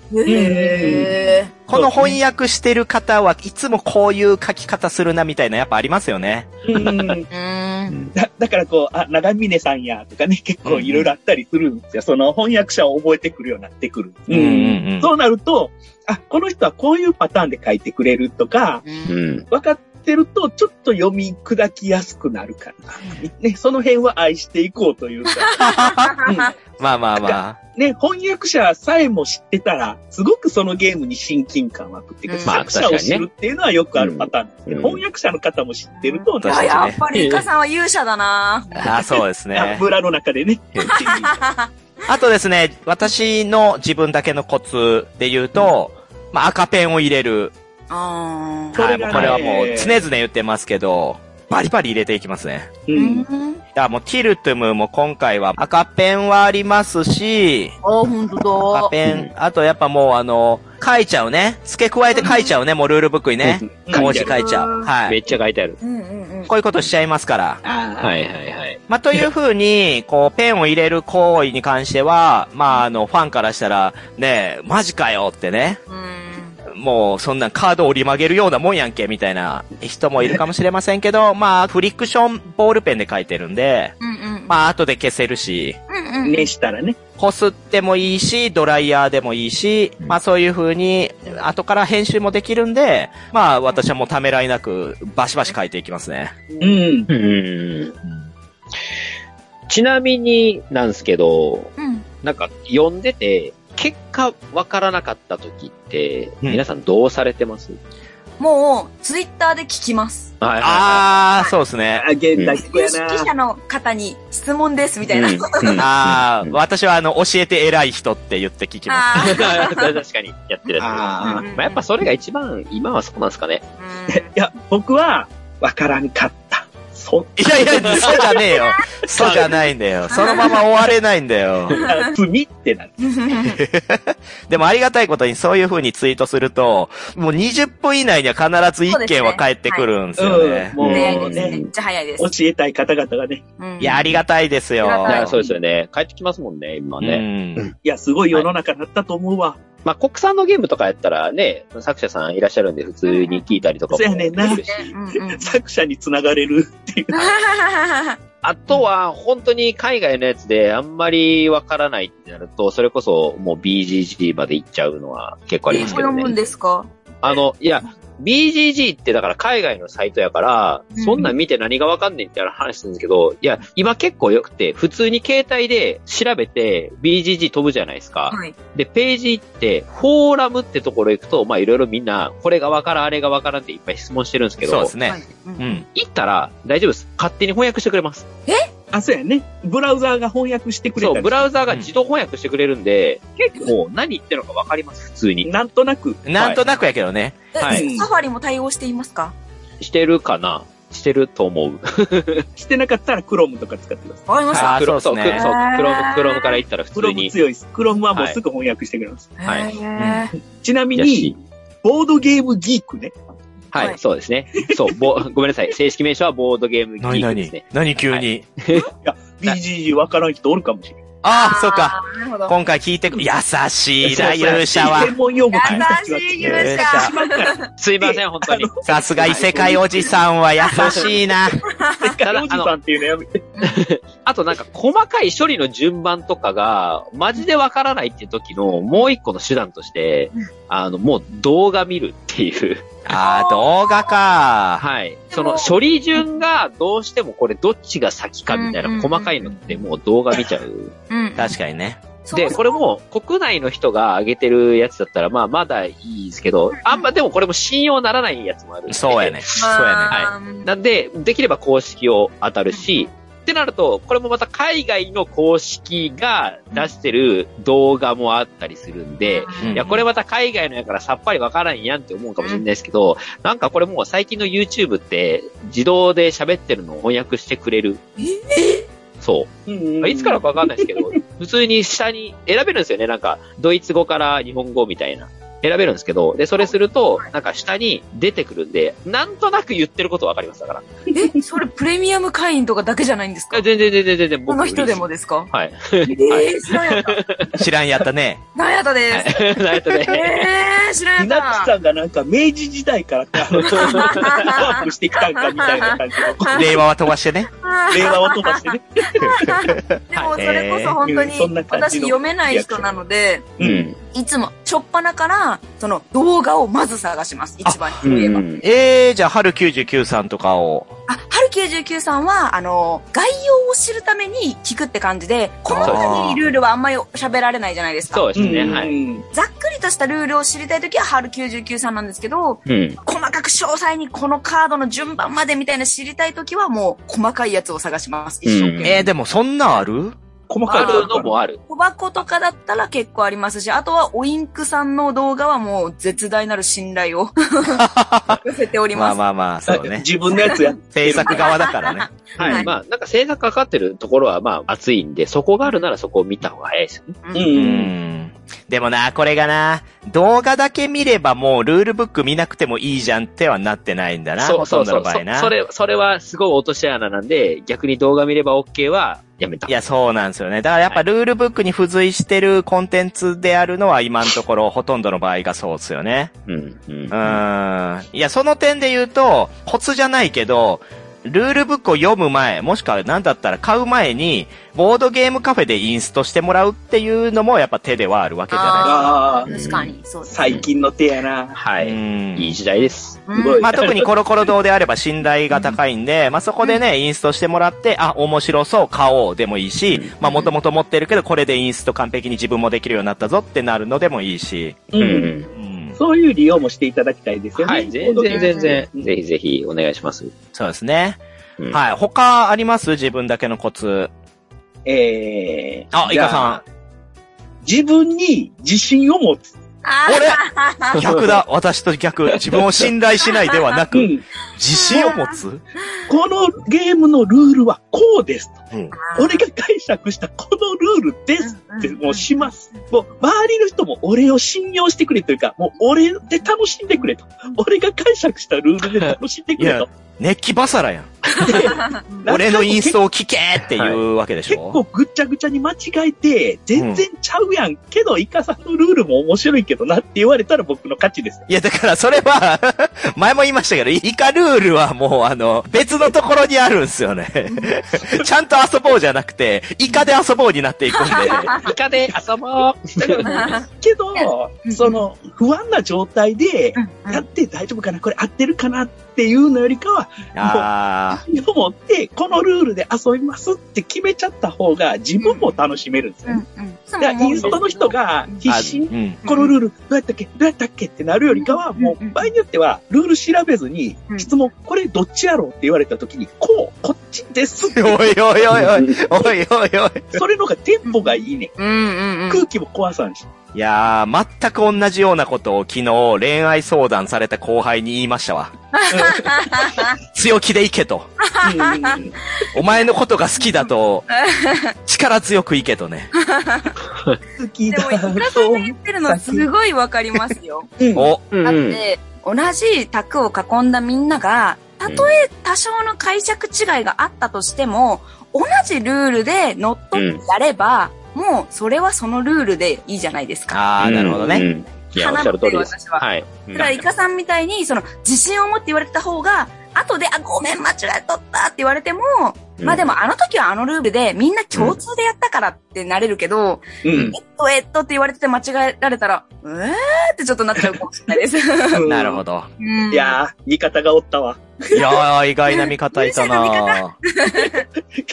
Speaker 2: へー
Speaker 1: この翻訳してる方はいつもこういう書き方するなみたいなやっぱありますよね。
Speaker 3: うん。
Speaker 2: うーん。
Speaker 3: だだからこう、あ、長峰さんや、とかね、結構いろいろあったりするんですよ。その翻訳者を覚えてくるようになってくる。
Speaker 1: うんうんうん
Speaker 3: そうなると、あ、この人はこういうパターンで書いてくれるとか、
Speaker 2: う
Speaker 4: あ。うんん。
Speaker 3: 分かっってると、ちょっと読み砕きやすくなるからね、その辺は愛していこうというか、
Speaker 1: まあまあまあ。
Speaker 3: ね、翻訳者さえも知ってたら、すごくそのゲームに親近感湧くっていうか、
Speaker 2: うん
Speaker 3: 作者を知るっていうのはよくあるパターンですけど、
Speaker 4: うん
Speaker 3: 翻訳者の方も知ってると、
Speaker 2: い
Speaker 1: 確か
Speaker 2: や、
Speaker 1: に
Speaker 2: やっぱりイカさんは勇者だな
Speaker 1: <laughs> あーそうですね。
Speaker 3: 村の中でね。っていう
Speaker 1: あとですね、私の自分だけのコツで言うと、まあ赤ペンを入れる。
Speaker 2: あー
Speaker 3: そ
Speaker 1: は
Speaker 3: れ
Speaker 1: い、もう
Speaker 3: がね
Speaker 1: これはもう常々言ってますけど、バリバリ入れていきますね。
Speaker 3: う。
Speaker 2: うんん。
Speaker 1: いや、もうティルトゥムも今回は赤ペンはありますし、
Speaker 2: あ、ほんと
Speaker 1: 赤
Speaker 2: だ。
Speaker 1: ペン、あとやっぱもうあの、書いちゃうね。付け加えて書いちゃうね、もうルールブックにね。
Speaker 3: うん
Speaker 1: 文字書いちゃう。は
Speaker 4: め
Speaker 1: い。
Speaker 4: っちゃ書いてある。
Speaker 2: うんうんうん。
Speaker 1: こういうことしちゃいますから。
Speaker 4: は
Speaker 3: はい
Speaker 4: はいはい。
Speaker 1: まあ、というふうに、こう、ペンを入れる行為に関しては、まあ、あの、ファンからしたら、ねえ、マジかよってね、
Speaker 2: うん。
Speaker 1: もう、そんなカード折り曲げるようなもんやんけ、みたいな人もいるかもしれませんけど、まあ、フリクションボールペンで書いてるんで、
Speaker 2: うんうん。
Speaker 1: まあ、後で消せるし、
Speaker 2: うんうん。
Speaker 3: ねしたらね。
Speaker 1: こすってもいいし、ドライヤーでもいいし、まあそういう風に、後から編集もできるんで、まあ私はもうためらいなく、バシバシ書いていきますね。
Speaker 3: うん。
Speaker 4: うん。ちなみになんですけど、
Speaker 2: うん。
Speaker 4: なんか読んでて、結果わからなかった時って、
Speaker 1: うん
Speaker 4: 皆さんどうされてます、
Speaker 2: もう、ツイッターで聞きます。
Speaker 4: はい
Speaker 1: あー、そうですね。
Speaker 3: あ、現代っ子
Speaker 2: 有
Speaker 3: や
Speaker 2: 識者
Speaker 3: な。
Speaker 2: の方に質問です、みたいな。
Speaker 1: あー、
Speaker 4: うん
Speaker 1: 私はあの、教えて偉い人って言って聞きま
Speaker 2: あ
Speaker 4: 確かに、やってるやつ。
Speaker 3: あ
Speaker 4: ま
Speaker 3: あ。
Speaker 4: あ、やっぱそれが一番、今はそうなんですかね。
Speaker 2: ー
Speaker 3: いや、僕は、わからんかった。そ、
Speaker 1: す。いやいや、そうじゃねえよ。そうじゃないんだよ。そのまま終われないんだよ。
Speaker 3: 罪ってなる。
Speaker 2: うん。 <laughs>
Speaker 1: でもありがたいことにそういう風にツイートすると、もう20分以内には必ず1件は返ってくるんですよね。
Speaker 3: うん。も
Speaker 2: 早
Speaker 3: う
Speaker 2: いです。め
Speaker 3: ね、
Speaker 2: っちゃ早いです
Speaker 3: 教。えたい方々がね、
Speaker 2: うん
Speaker 1: いや、ありがたいですよ。
Speaker 2: ありが
Speaker 4: い
Speaker 2: た
Speaker 4: や、そうですよね。帰ってきますもんね、今ね。
Speaker 1: うん
Speaker 3: いや、すごい世の中だったと思うわ。
Speaker 4: まあ、国産のゲームとかやったらね、作者さんいらっしゃるんで、普通に聞いたりとかも
Speaker 3: そうやね
Speaker 4: で
Speaker 3: んな
Speaker 4: きるし。
Speaker 2: うんうん
Speaker 3: <laughs>
Speaker 2: うん
Speaker 3: 作者に繋がれる。
Speaker 4: あとは、本当に海外のやつであんまりわからないってなると、それこそもう BGG まで行っちゃうのは結構ありますけど
Speaker 2: 読むん
Speaker 4: ね。
Speaker 2: ですか
Speaker 4: あの、いや、BGG ってだから海外のサイトやから、そんなん見て何がわかんねえって話するんですけど、いや、今結構良くて、普通に携帯で調べて BGG 飛ぶじゃないですか。
Speaker 2: はい。
Speaker 4: で、ページ行って、フォーラムってところ行くと、まあいろいろみんな、これがわからん、あれがわからんっていっぱい質問してるんですけ
Speaker 1: そう
Speaker 4: ど
Speaker 1: で、すね。
Speaker 2: はいうん
Speaker 1: うん。
Speaker 4: 行ったら大丈夫です。勝手に翻訳してくれます。
Speaker 3: あ、そうやね。ブラウザーが翻訳してくれた
Speaker 4: そう、
Speaker 3: り
Speaker 4: ブラウザーが自動翻訳してくれるんで、結構何言ってるのかわかります、普通に。
Speaker 3: なんとなく。
Speaker 1: なんとなくやけどね。
Speaker 4: は
Speaker 2: え
Speaker 3: い
Speaker 2: サファリも対応していますか
Speaker 4: してるかなしてると思う。
Speaker 3: してなかったらクロームとか使ってください。
Speaker 2: わかりまし
Speaker 1: あー
Speaker 2: た。
Speaker 1: そうっすね
Speaker 4: クロそう、クローム、クロームから行ったら普
Speaker 3: ク
Speaker 4: 通
Speaker 3: ローム
Speaker 4: に。
Speaker 3: 強いです。クロームはもうすぐ翻訳してくれます。
Speaker 4: はい
Speaker 2: へー
Speaker 3: ちなみ
Speaker 4: やし
Speaker 3: に、ボードゲームギークね。
Speaker 4: は
Speaker 2: はい
Speaker 4: い、そうですね。そう、ぼ、 <laughs> ごめんなさい。正式名称はボードゲームギ
Speaker 1: 何
Speaker 4: ークです
Speaker 1: 何何
Speaker 4: ね。
Speaker 1: 急に。
Speaker 3: BGG わからん人おるかもしれない。
Speaker 1: ああ、そうか。。
Speaker 2: なるほど。
Speaker 1: 今回聞いてく、優しいな、
Speaker 3: そうそう
Speaker 1: 勇者は。
Speaker 3: 専門用語君たちは
Speaker 2: 優しい勇者。
Speaker 3: 今から
Speaker 4: すいません、本当に。
Speaker 1: さすが異世界おじさんは優しいな。
Speaker 3: 世界おじさんっていうのやめて。
Speaker 4: あとなんか細かい処理の順番とかが、マジでわからないっていう時のもう一個の手段として、あの、もう動画見るっていう。
Speaker 1: <laughs> ああ、動画か。
Speaker 4: はい。その処理順がどうしてもこれどっちが先かみたい
Speaker 2: うんうんう
Speaker 4: なん細かいのってもう動画見ちゃう。
Speaker 2: うん
Speaker 1: 確かにね。
Speaker 2: そう
Speaker 4: で、これも国内の人が上げてるやつだったらまあまだいいですけど、あんまでもこれも信用ならないやつもあるんで。
Speaker 1: そうやね。そうやね。
Speaker 2: まあうん
Speaker 4: なんで、できれば公式を当たるし、ってなると、これもまた海外の公式が出してる動画もあったりするんで、
Speaker 1: うん
Speaker 4: いや、これまた海外のやからさっぱりわからんやんって思うかもしれないですけど、なんかこれもう最近の YouTube って自動で喋ってるのを翻訳してくれる。そう。
Speaker 3: うん
Speaker 4: いつからかわかんないですけど、普通に下に選べるんですよね。なんか、ドイツ語から日本語みたいな。選べるんですけど、で、それすると、なんか下に出てくるんで、なんとなく言ってることわかりますだから。
Speaker 2: え、それプレミアム会員とかだけじゃないんですか
Speaker 4: あ全然全然全然、
Speaker 2: こ
Speaker 4: 僕
Speaker 2: の人でもですか
Speaker 4: はい。 <laughs>
Speaker 2: えー、知らんやった。
Speaker 1: 知らんやったね。
Speaker 2: なんやったです。
Speaker 4: なるほどね。
Speaker 2: えー、知らんや
Speaker 3: 稲
Speaker 2: っ
Speaker 3: 木
Speaker 2: た。
Speaker 3: さんがなんか明 <laughs> 治時代からあのパワーアップしてきたんかみたいな感じの。
Speaker 1: 令和は飛ばしてね。
Speaker 3: 令和を飛ばしてね。
Speaker 2: でもそれこそ本当
Speaker 3: うんそんな
Speaker 2: に
Speaker 3: 感
Speaker 2: 私
Speaker 3: じの
Speaker 2: 読めない人なので、
Speaker 4: <laughs>
Speaker 3: う。
Speaker 4: うんん。
Speaker 2: いつもしょっぱなからその動画をまず探します。一番に言えば。
Speaker 4: ん。
Speaker 1: えー、じゃあ、春99さんとかを。
Speaker 2: あ、春99さんは、あの、概要を知るために聞くって感じで、細かいルールはあんまり喋られないじゃないですか。
Speaker 4: そうですね、はい。
Speaker 3: い。
Speaker 2: ざっくりとしたルールを知りたいときは春99さんなんですけど、
Speaker 4: うん。
Speaker 2: 細かく詳細にこのカードの順番までみたいな知りたいときはもう細かいやつを探します。一生懸
Speaker 4: うん
Speaker 2: 命。
Speaker 1: えー、でもそんなある
Speaker 3: 細か
Speaker 4: あ
Speaker 3: いと
Speaker 4: る
Speaker 3: こ
Speaker 4: の
Speaker 3: ろか
Speaker 4: もある。
Speaker 2: 小箱とかだったら結構ありますし、あとはオインクさんの動画はもう絶大なる信頼を <laughs> 寄せており
Speaker 1: ま
Speaker 2: ま
Speaker 1: あ
Speaker 2: す。
Speaker 1: まあまあ、
Speaker 3: ら
Speaker 1: そうね。
Speaker 3: <laughs> 自分のやつや。
Speaker 1: 制作側だからね。
Speaker 4: はい。
Speaker 2: はい
Speaker 4: まあ、なんか制作かかってるところは、まあ、熱いんで、そこがあるならそこを見た方が早いですよね。
Speaker 3: う。
Speaker 1: うんん。でもな、これがな、動画だけ見ればもうルールブック見なくてもいいじゃんってはなってないんだな。
Speaker 4: そうそう
Speaker 1: ほと
Speaker 4: そ
Speaker 1: ん
Speaker 4: う
Speaker 1: どの場合な。
Speaker 4: そ。それ、それはすごい落とし穴なんで、逆に動画見れば OK は、やめた。
Speaker 1: いや、そうなんですよね。だからやっぱルールブックに付随してるコンテンツであるのは今のところほとんどの場合がそうですよね。
Speaker 4: うん。うん。
Speaker 1: うーん。いや、その点で言うと、コツじゃないけど、ルールブックを読む前、もしくは何だったら買う前に、ボードゲームカフェでインストしてもらうっていうのもやっぱ手ではあるわけじゃない
Speaker 3: ああ、
Speaker 2: 確かに、そうです。
Speaker 3: 最近の手やな。
Speaker 4: は
Speaker 1: う
Speaker 4: い。
Speaker 1: ん
Speaker 4: いい時代です。
Speaker 2: う
Speaker 3: すご
Speaker 1: <laughs>
Speaker 3: い
Speaker 1: まあ、特にコロコロ堂であれば信頼が高いんで、まあ、そこでね、インストしてもらって、あ、面白そう、買おうでもいいし、まあ、もともと持ってるけど、これでインスト完璧に自分もできるようになったぞってなるのでもいいし、
Speaker 3: う。
Speaker 4: うんん。
Speaker 1: うん。
Speaker 3: そういう利用もしていただきたいですよね。
Speaker 4: はい。全然全然
Speaker 3: う、ん
Speaker 4: ぜひぜひお願いします。
Speaker 1: そうですね。
Speaker 4: うん
Speaker 1: はい。他あります自分だけのコツ。
Speaker 3: えー。
Speaker 1: あ、イカさ
Speaker 3: ん。自分に自信を持つ。
Speaker 2: あ
Speaker 1: ん。逆だ。私と逆。自分を信頼しないではな
Speaker 3: う
Speaker 1: く、
Speaker 3: ん。
Speaker 1: 自信を持つ
Speaker 3: このゲームのルールはこうですと。
Speaker 1: うん。
Speaker 3: 俺が解釈したこのルールですって、
Speaker 2: うん
Speaker 3: もうします。もう、周りの人も俺を信用してくれというか、もう俺で楽しんでくれと。俺が解釈したルールで楽しんでくれと。
Speaker 1: 熱気バサラやん。俺のインストを聞けっていうわけでし
Speaker 3: 結
Speaker 1: ょ、
Speaker 3: 構ぐっちゃぐちゃに間違えて、全然ちゃうやん。けど、イカさんのルールも面白いけどなって言われたら僕の勝ちです。
Speaker 1: いや、だからそれは、 <laughs> 前も言いましたけど、イカルールはもうあの、別のところにあるんすよ
Speaker 3: <laughs>
Speaker 1: ね。ちゃんと遊ぼうじゃなくて、イカで遊ぼうになってい
Speaker 3: <laughs>
Speaker 1: くんで。
Speaker 4: イカで遊ぼう
Speaker 3: けど
Speaker 2: う、ん
Speaker 3: その、不安な状態で、や
Speaker 2: ー
Speaker 3: って大丈夫かなこれ合ってるかなっていうのよりかは、
Speaker 1: あ
Speaker 3: でもって、このルールで遊びますって決めちゃった方が自分も楽しめるんですよね。だからインストの人、が
Speaker 1: ー。
Speaker 3: 必死
Speaker 1: あ
Speaker 3: に
Speaker 1: うん。
Speaker 3: このルールどうやったっけどうやったっけってなるよりかは、
Speaker 2: うん
Speaker 3: もう場合によってはルール調べずに
Speaker 2: うん
Speaker 3: 質問、これどっちやろうって言われた時に、こう、こっちですって
Speaker 1: おいおいおいおい。おいおいおい。
Speaker 3: それの方がテンポがいいね。
Speaker 2: うんうんうん。
Speaker 3: 空気も壊さんし。
Speaker 1: いやー、全く同じようなことを昨日、恋愛相談された後輩に言いま
Speaker 3: <laughs>
Speaker 1: したわ。強気でいけと。
Speaker 3: うん
Speaker 1: お前のことが好きだ
Speaker 3: <laughs>
Speaker 1: と、力強くいけとね。
Speaker 3: 好き
Speaker 2: で
Speaker 3: だ
Speaker 2: も、イカさんが言ってるのすごいわかりますよ。
Speaker 3: うん
Speaker 1: お、
Speaker 4: うん
Speaker 2: だっ
Speaker 4: うん。
Speaker 2: て、同じ卓を囲んだみんなが、たとえ多少の解釈違いがあったとしても、同じルールで乗っ取ってやれば、もうそれはそのルールでいいじゃないですか。
Speaker 1: あー、なるほどね。
Speaker 4: うん。いや、おっしゃる通りです。
Speaker 2: 花の
Speaker 4: はい。
Speaker 2: だから、イカさんみたいに、その、自信を持って言われた方が、後で、あ、ごめん、間違えとったって言われても、
Speaker 4: うん
Speaker 2: まあでも、あの時はあのルールで、みんな共通でやったからってなれるけど、
Speaker 3: うん
Speaker 2: えっと、えっとって言われてて間違えられたら、うえーってちょっとなっちゃうかもしれないです。
Speaker 3: うん
Speaker 1: なるほど。
Speaker 2: うん
Speaker 3: いやー、味方がおったわ。
Speaker 1: いやー、意外な味方いたな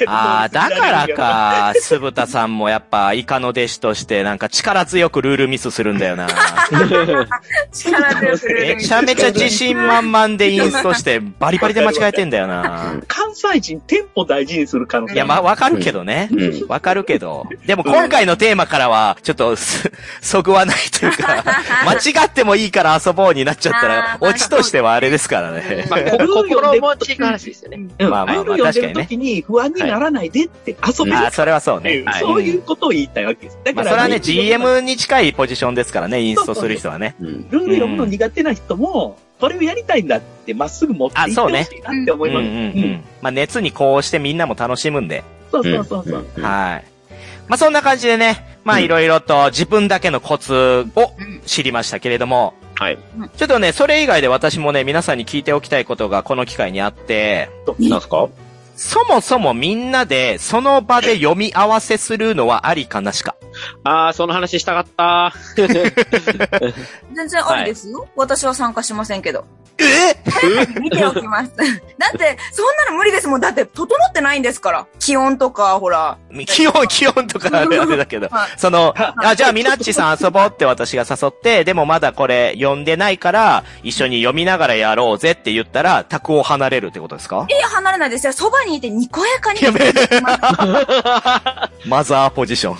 Speaker 1: ああ、だから。か、酢豚さんもやっぱ、イカの弟子として、なんか力強くルールミスするんだよな。
Speaker 2: 力強くルール
Speaker 1: め
Speaker 2: に
Speaker 1: ちゃめちゃ自信満々でインストして、バリバリで間違えてんだよ
Speaker 3: <laughs>
Speaker 1: な。
Speaker 3: 関西人、テンポ大事にする可能性。
Speaker 1: いや、まあ、わかるけどね。
Speaker 4: うん。
Speaker 1: わかるけど。でも今回のテーマからは、ちょっとす、そぐわないという
Speaker 2: <laughs>
Speaker 1: か、間違ってもいいから遊ぼうになっちゃったら、オチとしてはあれですからね。
Speaker 4: まあ、こ心持ちが話ですよね。
Speaker 3: うん
Speaker 1: まあまあまあ
Speaker 3: ルール読んでる時に不安にならないでって遊べる
Speaker 1: あ
Speaker 3: っ
Speaker 1: ーそれはそう
Speaker 3: てい
Speaker 1: ね
Speaker 3: う、。
Speaker 4: はい
Speaker 3: そういうことを言いたいわけです。だ
Speaker 1: ま
Speaker 3: か
Speaker 1: あ、
Speaker 3: ら、
Speaker 1: それはね、GM に近いポジションですからね、インストする人はね。
Speaker 4: うん。
Speaker 3: ルール読むの苦手な人も、これをやりたいんだって、まっすぐ持っていってほしいなって思
Speaker 1: うん
Speaker 3: い
Speaker 1: うん
Speaker 3: ま
Speaker 1: う
Speaker 3: す。
Speaker 1: ん。まあ、熱にこうしてみんなも楽しむんで。
Speaker 3: そうそうそうそう。
Speaker 4: うん
Speaker 1: はい。まあ、そんな感じでね、まあ、
Speaker 4: うん
Speaker 1: いろいろと自分だけのコツを
Speaker 2: ん
Speaker 1: 知りましたけれども、
Speaker 4: はい。
Speaker 1: ちょっとね、それ以外で私もね、皆さんに聞いておきたいことがこの機会にあって、
Speaker 4: なんすか
Speaker 1: そもそもみんなでその場で読み合わせするのはありかなしか。
Speaker 4: ああ、その話したかった。
Speaker 2: 全然ありですよ。私は参加しませんけど。
Speaker 1: え
Speaker 2: 見ておきます。 <laughs> だって、そんなの無理ですもん。だって、整ってないんですから。気温とか、ほら。
Speaker 1: <laughs> 気温、気温とかあれあれだけど <laughs>
Speaker 2: はい。
Speaker 1: その、あ、じゃあミナッチさん遊ぼうって私が誘って、 <laughs> でもまだこれ読んでないから、一緒に読みながらやろうぜって言ったら、宅を離れるってことですか
Speaker 2: いや、離れないですよ。そばにいてにこやかに。
Speaker 1: や <laughs> べえ。マザーポジション。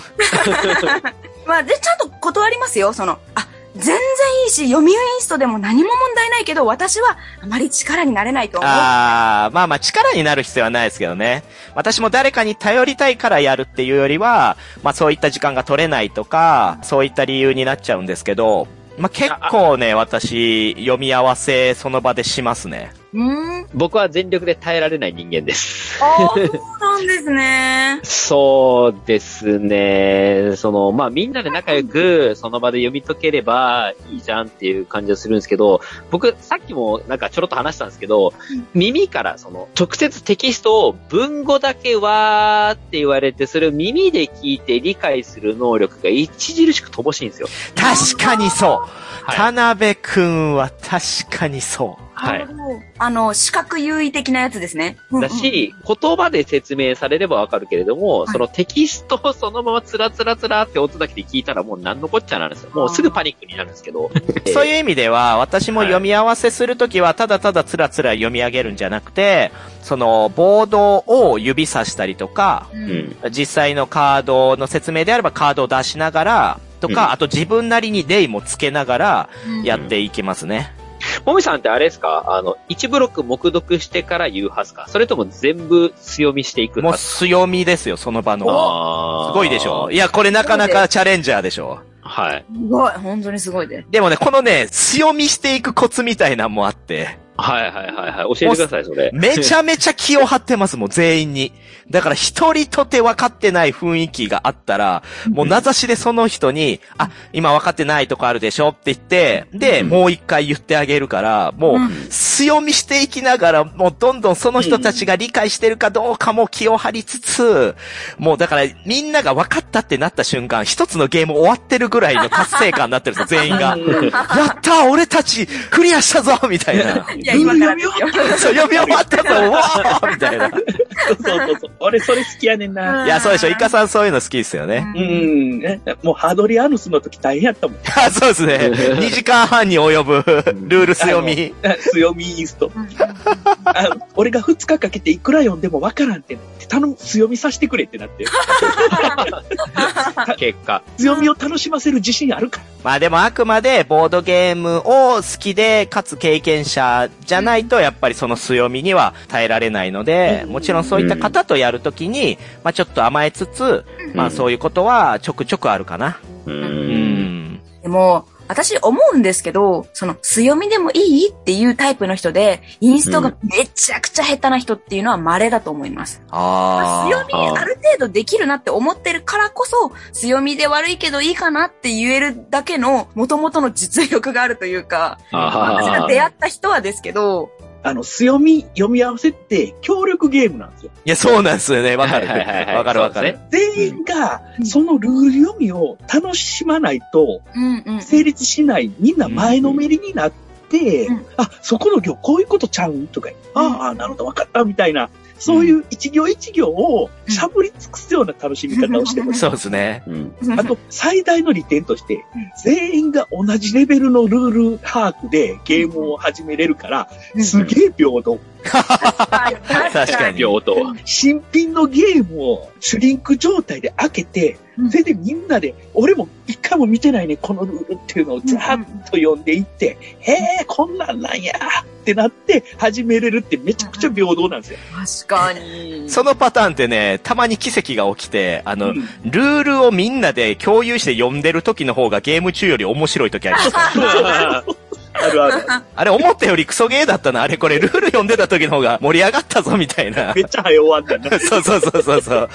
Speaker 2: まあ、で、ちゃんと断りますよ。その、あ、全然いいし、読売インストでも何も問題ないけど、私はあまり力になれないと思う。
Speaker 1: あー、まあまあ力になる必要はないですけどね。私も誰かに頼りたいからやるっていうよりは、まあそういった時間が取れないとか、そういった理由になっちゃうんですけど、まあ結構ね、私、読み合わせその場でしますね。
Speaker 2: うーん。
Speaker 4: 僕は全力で耐えられない人間です。
Speaker 2: ああ、そうなんですね。
Speaker 4: そうですね。その、まあ、みんなで仲良く、その場で読み解ければいいじゃんっていう感じがするんですけど、僕、さっきもなんかちょろっと話したんですけど、耳から、その、直接テキストを文語だけわーって言われて、それを耳で聞いて理解する能力が著しく乏しいんですよ。
Speaker 1: 確かにそう、
Speaker 4: い
Speaker 1: 田辺くんは確かにそう。
Speaker 4: はい
Speaker 2: なる。ほど。あの、視覚優位的なやつですね。うんうん
Speaker 4: だ、し、言葉で説明されればわかるけれども、
Speaker 2: い
Speaker 4: そのテキストをそ <laughs> のままつらつらつらって音だけで聞いたらもう何のこっちゃなんですよ。もうすぐパニックになるんですけど。
Speaker 2: <laughs>
Speaker 1: そういう意味では、私も
Speaker 4: はい
Speaker 1: 読み合わせするときは、ただただつらつら読み上げるんじゃなくて、その、ボードを指さしたりとか、
Speaker 2: う
Speaker 4: うんん。
Speaker 1: 実際のカードの説明であればカードを出しながら、とか、
Speaker 4: うん
Speaker 1: あと自分なりにデイもつけながら
Speaker 2: うん
Speaker 1: やっていきますね。
Speaker 4: もみさんってあれですかあの、1ブロック目読してから言うはずかそれとも全部強みしていく
Speaker 1: もう
Speaker 4: はず
Speaker 1: 強みですよ、その場の。
Speaker 4: あ
Speaker 1: す
Speaker 4: ー
Speaker 1: ごいでしょいや、これなかなかチャレンジャーでしょ
Speaker 4: はい。
Speaker 2: すごい、本当にすごいです。
Speaker 1: でもね、このね、強みしていくコツみたいなのもあって、
Speaker 4: はいはいはいはい。教えてください、それ。
Speaker 1: めちゃめちゃ気を張ってます、もう全員に。だから一人とて分かってない雰囲気があったら、もう名指しでその人に、あ、今分かってないとこあるでしょって言って、で、
Speaker 4: うん
Speaker 1: もう一回言ってあげるから、もう
Speaker 2: うん
Speaker 1: 強みしていきながら、もうどんどんその人たちが理解してるかどうかも気を張りつつ、もうだからみんなが分かったってなった瞬間、一つのゲーム終わってるぐらいの達成感になってるんですよ、全員が。やったー俺たちクリアしたぞみたいな。
Speaker 2: いや、今からですよ。
Speaker 1: <laughs> そう、読み終わったぞうわーみたいな。
Speaker 3: そうそうそう。俺、それ好きやねんな。
Speaker 1: いや、そうでしょ。イカさんそういうの好きですよね。 <laughs>
Speaker 3: うん。もう、ハードリアヌスの時大変やったもん。
Speaker 1: あ、そうですね。2時間半に及ぶルール強み。
Speaker 3: あの。強みインスト。
Speaker 2: うん
Speaker 3: あの俺が2日かけていくら読んでもわからんってなって、頼む、強みさせてくれってなって。
Speaker 4: 結果。
Speaker 3: 強みを楽しませる自信あるから。
Speaker 1: まあでもあくまでボードゲームを好きで、かつ経験者じゃないと、やっぱりその強みには耐えられないので、もちろんそういった方とやるときに、まあちょっと甘えつつ、まあそういうことはちょくちょくあるかな。
Speaker 4: う。
Speaker 1: うんん。
Speaker 2: でも、私思うんですけど、その、強みでもいいっていうタイプの人で、インストがめちゃくちゃ下手な人っていうのは稀だと思います。
Speaker 1: あ
Speaker 2: 強
Speaker 1: あ。
Speaker 2: みある程度できるなって思ってるからこそ、強みで悪いけどいいかなって言えるだけの、元々の実力があるというか、私
Speaker 4: あ
Speaker 2: が出会った人はですけど、
Speaker 3: あの、強み読み合わせって協力ゲームなんですよ。
Speaker 1: いや、そうなんですよね。わかる。
Speaker 4: はいはいはいはい
Speaker 1: わかるわか
Speaker 4: そう
Speaker 1: る
Speaker 4: で。
Speaker 3: 全員が
Speaker 2: う、ん
Speaker 3: そのルール読みを楽しまないと、
Speaker 2: うんうん。
Speaker 3: 成立しない、みんな前のめりになって
Speaker 2: うん、
Speaker 3: あ、そこの行こういうことちゃうんとか、ああ、なるほど、わかった、みたいな。そういう一行一行をしゃぶり尽くすような楽しみ方をしてます。
Speaker 1: そうですね。
Speaker 4: うん。
Speaker 3: あと、最大の利点として
Speaker 2: うん、
Speaker 3: 全員が同じレベルのルール把握でゲームを始めれるから、
Speaker 2: うん
Speaker 3: すげえ平等。
Speaker 1: 確かに
Speaker 4: 両
Speaker 2: <laughs>
Speaker 4: 方と。
Speaker 3: 新品のゲームをシュリンク状態で開けて、
Speaker 2: うん
Speaker 3: それでみんなで、俺も一回も見てないね、このルールっていうのをざーっと読んでいって、へえ、こんなんなんやってなって始めれるってめちゃくちゃ平等なんですよ。
Speaker 2: 確かに。
Speaker 1: そのパターンってね、たまに奇跡が起きて、あの、
Speaker 3: うん
Speaker 1: ルールをみ
Speaker 4: <laughs>
Speaker 3: <laughs>
Speaker 1: んなで共有して読んでる時の方がゲーム中より面白い時あります。
Speaker 3: あるある。
Speaker 1: あれ思ったよりクソゲーだったな。あれこれルール読んでた時の方が盛り上がったぞみたい
Speaker 3: <laughs>
Speaker 1: な
Speaker 3: め。っちゃ早終わったな。
Speaker 1: そうそうそうそうそう。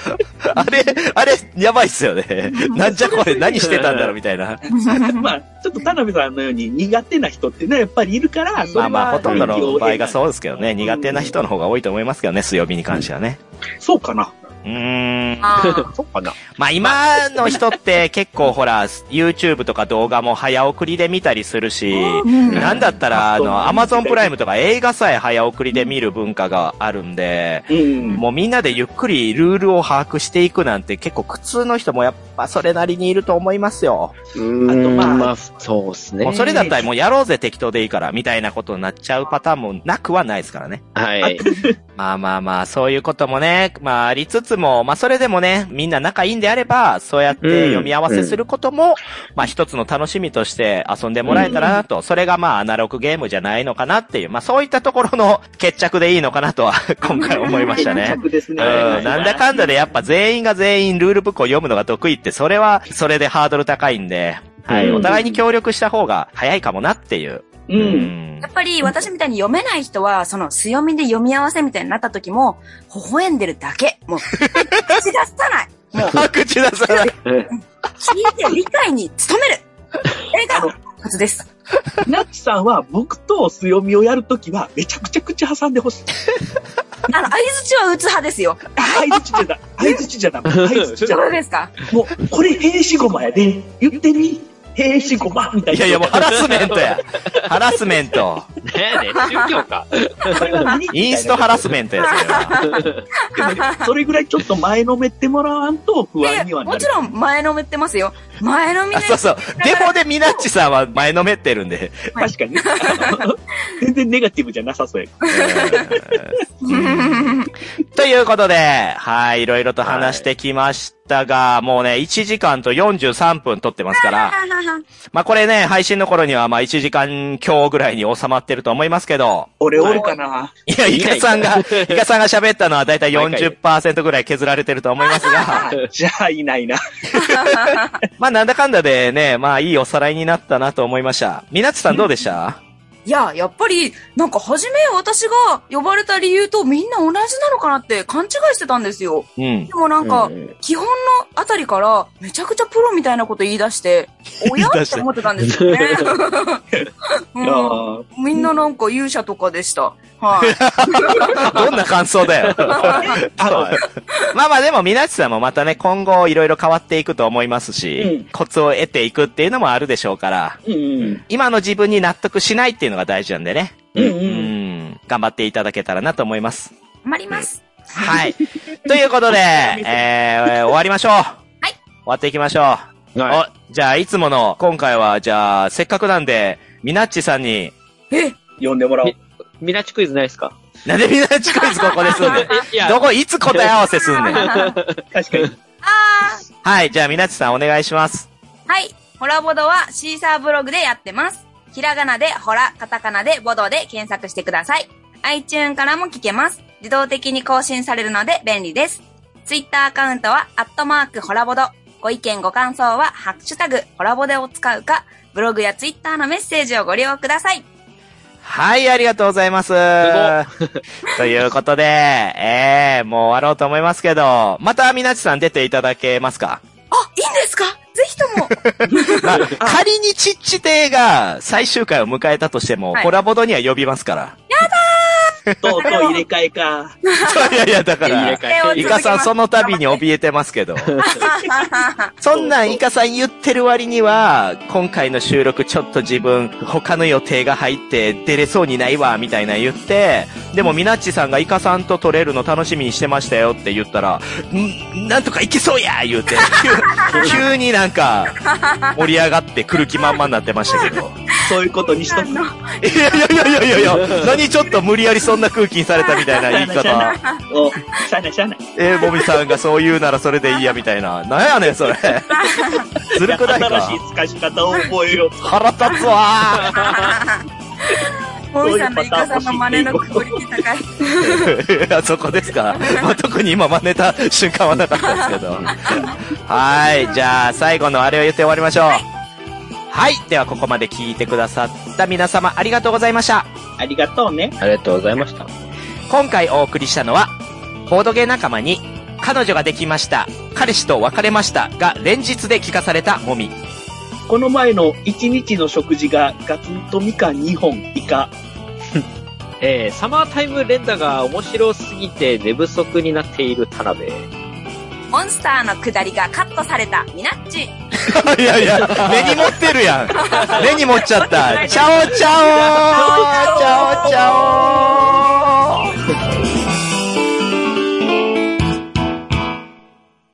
Speaker 1: あれ、あれ、やばいっすよね。なんじゃこれ何してたんだろうみたいな。
Speaker 3: <laughs> まあ、ちょっと田辺さんのように苦手な人ってね、やっぱりいるから、
Speaker 1: ま
Speaker 3: それは
Speaker 1: あまあ、ほとんどの場合が
Speaker 3: う。
Speaker 1: そうですけどね。苦手な人の方が多いと思いますけどね、水曜日に関してはね。
Speaker 3: そうかな。
Speaker 1: うーん。
Speaker 2: あー
Speaker 3: そうかな。
Speaker 1: まあ今の人って結構ほら、YouTube とか動画も早送りで見たりするし、
Speaker 2: うん
Speaker 1: <laughs> なんだったら、あの、
Speaker 3: あそう
Speaker 1: Amazon プライムとか映画さえ早送りで見る文化があるんで、
Speaker 3: うん。
Speaker 1: もうみんなでゆっくりルールを把握していくなんて結構苦痛の人もやっぱそれなりにいると思いますよ。
Speaker 4: うん
Speaker 3: あとまあ
Speaker 4: まあ、そうですね
Speaker 1: もう。それだったらもうやろうぜ適当でいいからみたいなことになっちゃうパターンもなくはないですからね。
Speaker 4: はい。 <laughs>
Speaker 1: まあまあまあ、そういうこともね、まあありつつも、まあそれでもね、みんな仲いいんであれば、そうやって読み合わせすることも、まあ一つの楽しみとして遊んでもらえたらなと、それがまあアナログゲームじゃないのかなっていう、まあそういったところの決着でいいのかなとは、 <laughs> 今回思いましたね。
Speaker 3: 着です
Speaker 1: うん
Speaker 3: ね。
Speaker 1: なんだかんだでやっぱ全員が全員ルールブックを読むのが得意って、それは、それでハードル高いんで、はい、
Speaker 4: うん
Speaker 1: お互いに協力した方が早いかもなっていう。
Speaker 3: う。
Speaker 1: うんん
Speaker 2: <laughs> やっぱり私みたいに読めない人は、その強みで読み合わせみたいになった時も、微笑んでるだけ。もう、口出さない。
Speaker 1: あ <laughs> 口出さない。
Speaker 2: 聞いて理解に努める。映画のはずです。
Speaker 3: ナッチさんは僕と強みをやるときは、めちゃくちゃ口挟んでほしい。
Speaker 2: あの、相槌は打つ派ですよ。
Speaker 3: 相づちじゃ <laughs> だ。相づちじゃだ。相づちじゃ
Speaker 2: ど
Speaker 3: だ
Speaker 2: う。
Speaker 3: <laughs>
Speaker 2: ですか
Speaker 3: もう、これ兵士ゴマやで。言ってみ。兵士ゴマみたいな。
Speaker 1: いや <laughs> いや、もうハラスメントや。ハラスメント。
Speaker 4: ねや <laughs> ねん宗教か。
Speaker 3: これは <laughs> 何
Speaker 1: インストハラスメント <laughs> や、それは。
Speaker 3: それぐらいちょっと前のめってもらわんと不安にはな
Speaker 2: も
Speaker 3: る
Speaker 2: ち。ろん前のめってますよ。前のめ
Speaker 1: あ、
Speaker 2: で
Speaker 1: そうそう。デモでミナッチさんは前のめってるん <laughs> で。
Speaker 3: 確かに。 <laughs> 全然ネガティブじゃなさそうや。
Speaker 1: ということで、はい、いろいろと話してきましたが、もうね、1時間と43分撮ってますから、まあこれね、配信の頃にはまあ1時間強ぐらいに収まってると思いますけど、
Speaker 3: 俺おるかな。
Speaker 1: いや、イカさんが、イカさんが喋ったのはだいたい40%ぐらい削られてると思います <laughs> が、
Speaker 3: じゃあいないな。
Speaker 1: まあなんだかんだでね、まあいいおさらいになったなと思いました。みなつさんどうでした
Speaker 2: いや、やっぱり、なんか初め私が呼ばれた理由とみんな同じなのかなって勘違いしてたんですよ。
Speaker 1: うん
Speaker 2: で。もなんか、基本のあたりから、めちゃくちゃプロみたいなこと言い出して、おや
Speaker 1: <laughs> 言い出
Speaker 2: っ
Speaker 1: して
Speaker 2: て思ってたんで
Speaker 1: <laughs>
Speaker 2: すよね。う
Speaker 3: あ
Speaker 2: ん、みんななんか勇者とかでした。はい。
Speaker 1: <laughs> <laughs> どんな感想だよ。まあまあでも、みなちさんもまたね、今後いろいろ変わっていくと思いますし、
Speaker 3: うん
Speaker 1: コツを得ていくっていうのもあるでしょうから、
Speaker 3: ーうん。
Speaker 1: 今の自分に納得しないっていうのが大事なんでね。
Speaker 3: うんう。
Speaker 1: うんん。頑張っていただけたらなと思います。
Speaker 2: 頑張ります。
Speaker 1: はい。ということで、えー、終わりましょう。はい終わっていきましょう。
Speaker 4: は
Speaker 1: お、じゃあ、いつもの、今回は、じゃあ、せっかくなんで、みなっちさんに、
Speaker 2: え、
Speaker 3: 呼んでもらおう。
Speaker 4: い。ミラチクイズないですか
Speaker 1: なんでみなっちクイズここですんねん。
Speaker 4: <laughs> いや
Speaker 1: どこ、いつ答え合わせすんねん。
Speaker 3: 確かに。
Speaker 2: あー。
Speaker 1: はい、じゃあ、みなっちさんお願いします。
Speaker 2: はい。ホラボドはシーサーブログでやってます。ひらがなでホラ、カタカナでボドで検索してください。iTune からも聞けます。自動的に更新されるので便利です。Twitter アカウントは、アットマークホラボド。ご意見ご感想は、ハッシュタグ、ホラボデを使うか、ブログや Twitter のメッセージをご利用ください。
Speaker 1: はい、ありがとうございます。ということで、えー、もう終わろうと思いますけど、またみなっちさん出ていただけますか
Speaker 2: あ、いいんですかぜひと <laughs> も。
Speaker 1: まあ、仮にチッチ亭が最終回を迎えたとしても、
Speaker 2: はい
Speaker 1: コラボドには呼びますから。
Speaker 3: とうとう入れ替えか。
Speaker 1: いやいや、だから、
Speaker 2: え
Speaker 1: イカさんそ
Speaker 2: <laughs>
Speaker 1: の度に怯えてますけど。そんなんイカさん言ってる割には、今回の収録ちょっと自分、他の予定が入って出れそうにないわ、みたいな言って、でもミナッチさんがイカさんと撮れるの楽しみにしてましたよって言ったら、ん、なんとかいけそうや言うて、 <laughs> 急急になんか、盛り上がってくる気満々になってましたけど。
Speaker 3: そういうことにしと
Speaker 1: <laughs>
Speaker 2: <laughs>
Speaker 3: く。
Speaker 1: いやいやいやいやいやいや、何ちょっと無理やりそんな空気にされたみたいな言い
Speaker 3: <laughs>
Speaker 1: 方。
Speaker 3: お、しゃあないしゃあない。
Speaker 1: えー、もみさんがそう言うならそれでいいや、みたいな。なんやねん、それ。ずるくないか
Speaker 3: 新しい使い方を覚えよう。
Speaker 1: 腹立つ <laughs> わ
Speaker 2: もみさんのイカさんの真似のクオリティ高い。
Speaker 1: ーいやそこですか。 <laughs> まあ、特に今真似た瞬間はなかったんですけど。はーい。じゃあ、最後のあれを言って終わりましょう。はい。はい。ではここまで聞いてくださった皆様ありがとうございました。
Speaker 3: ありがとうね。
Speaker 4: ありがとうございました。
Speaker 1: 今回お送りしたのは、ボードゲー仲間に、彼女ができました、彼氏と別れましたが連日で聞かされたもみ。
Speaker 3: この前の1日の食事がガツンとみかん2本イカ。
Speaker 4: えー、サマータイム連打が面白すぎて寝不足になっている田辺。
Speaker 2: モンスターの下りがカットされたミナッチ。
Speaker 1: いやいや、 <laughs> 目に持 <laughs> ってるやん。目に持っちゃった。チャオチャオチャオチャオ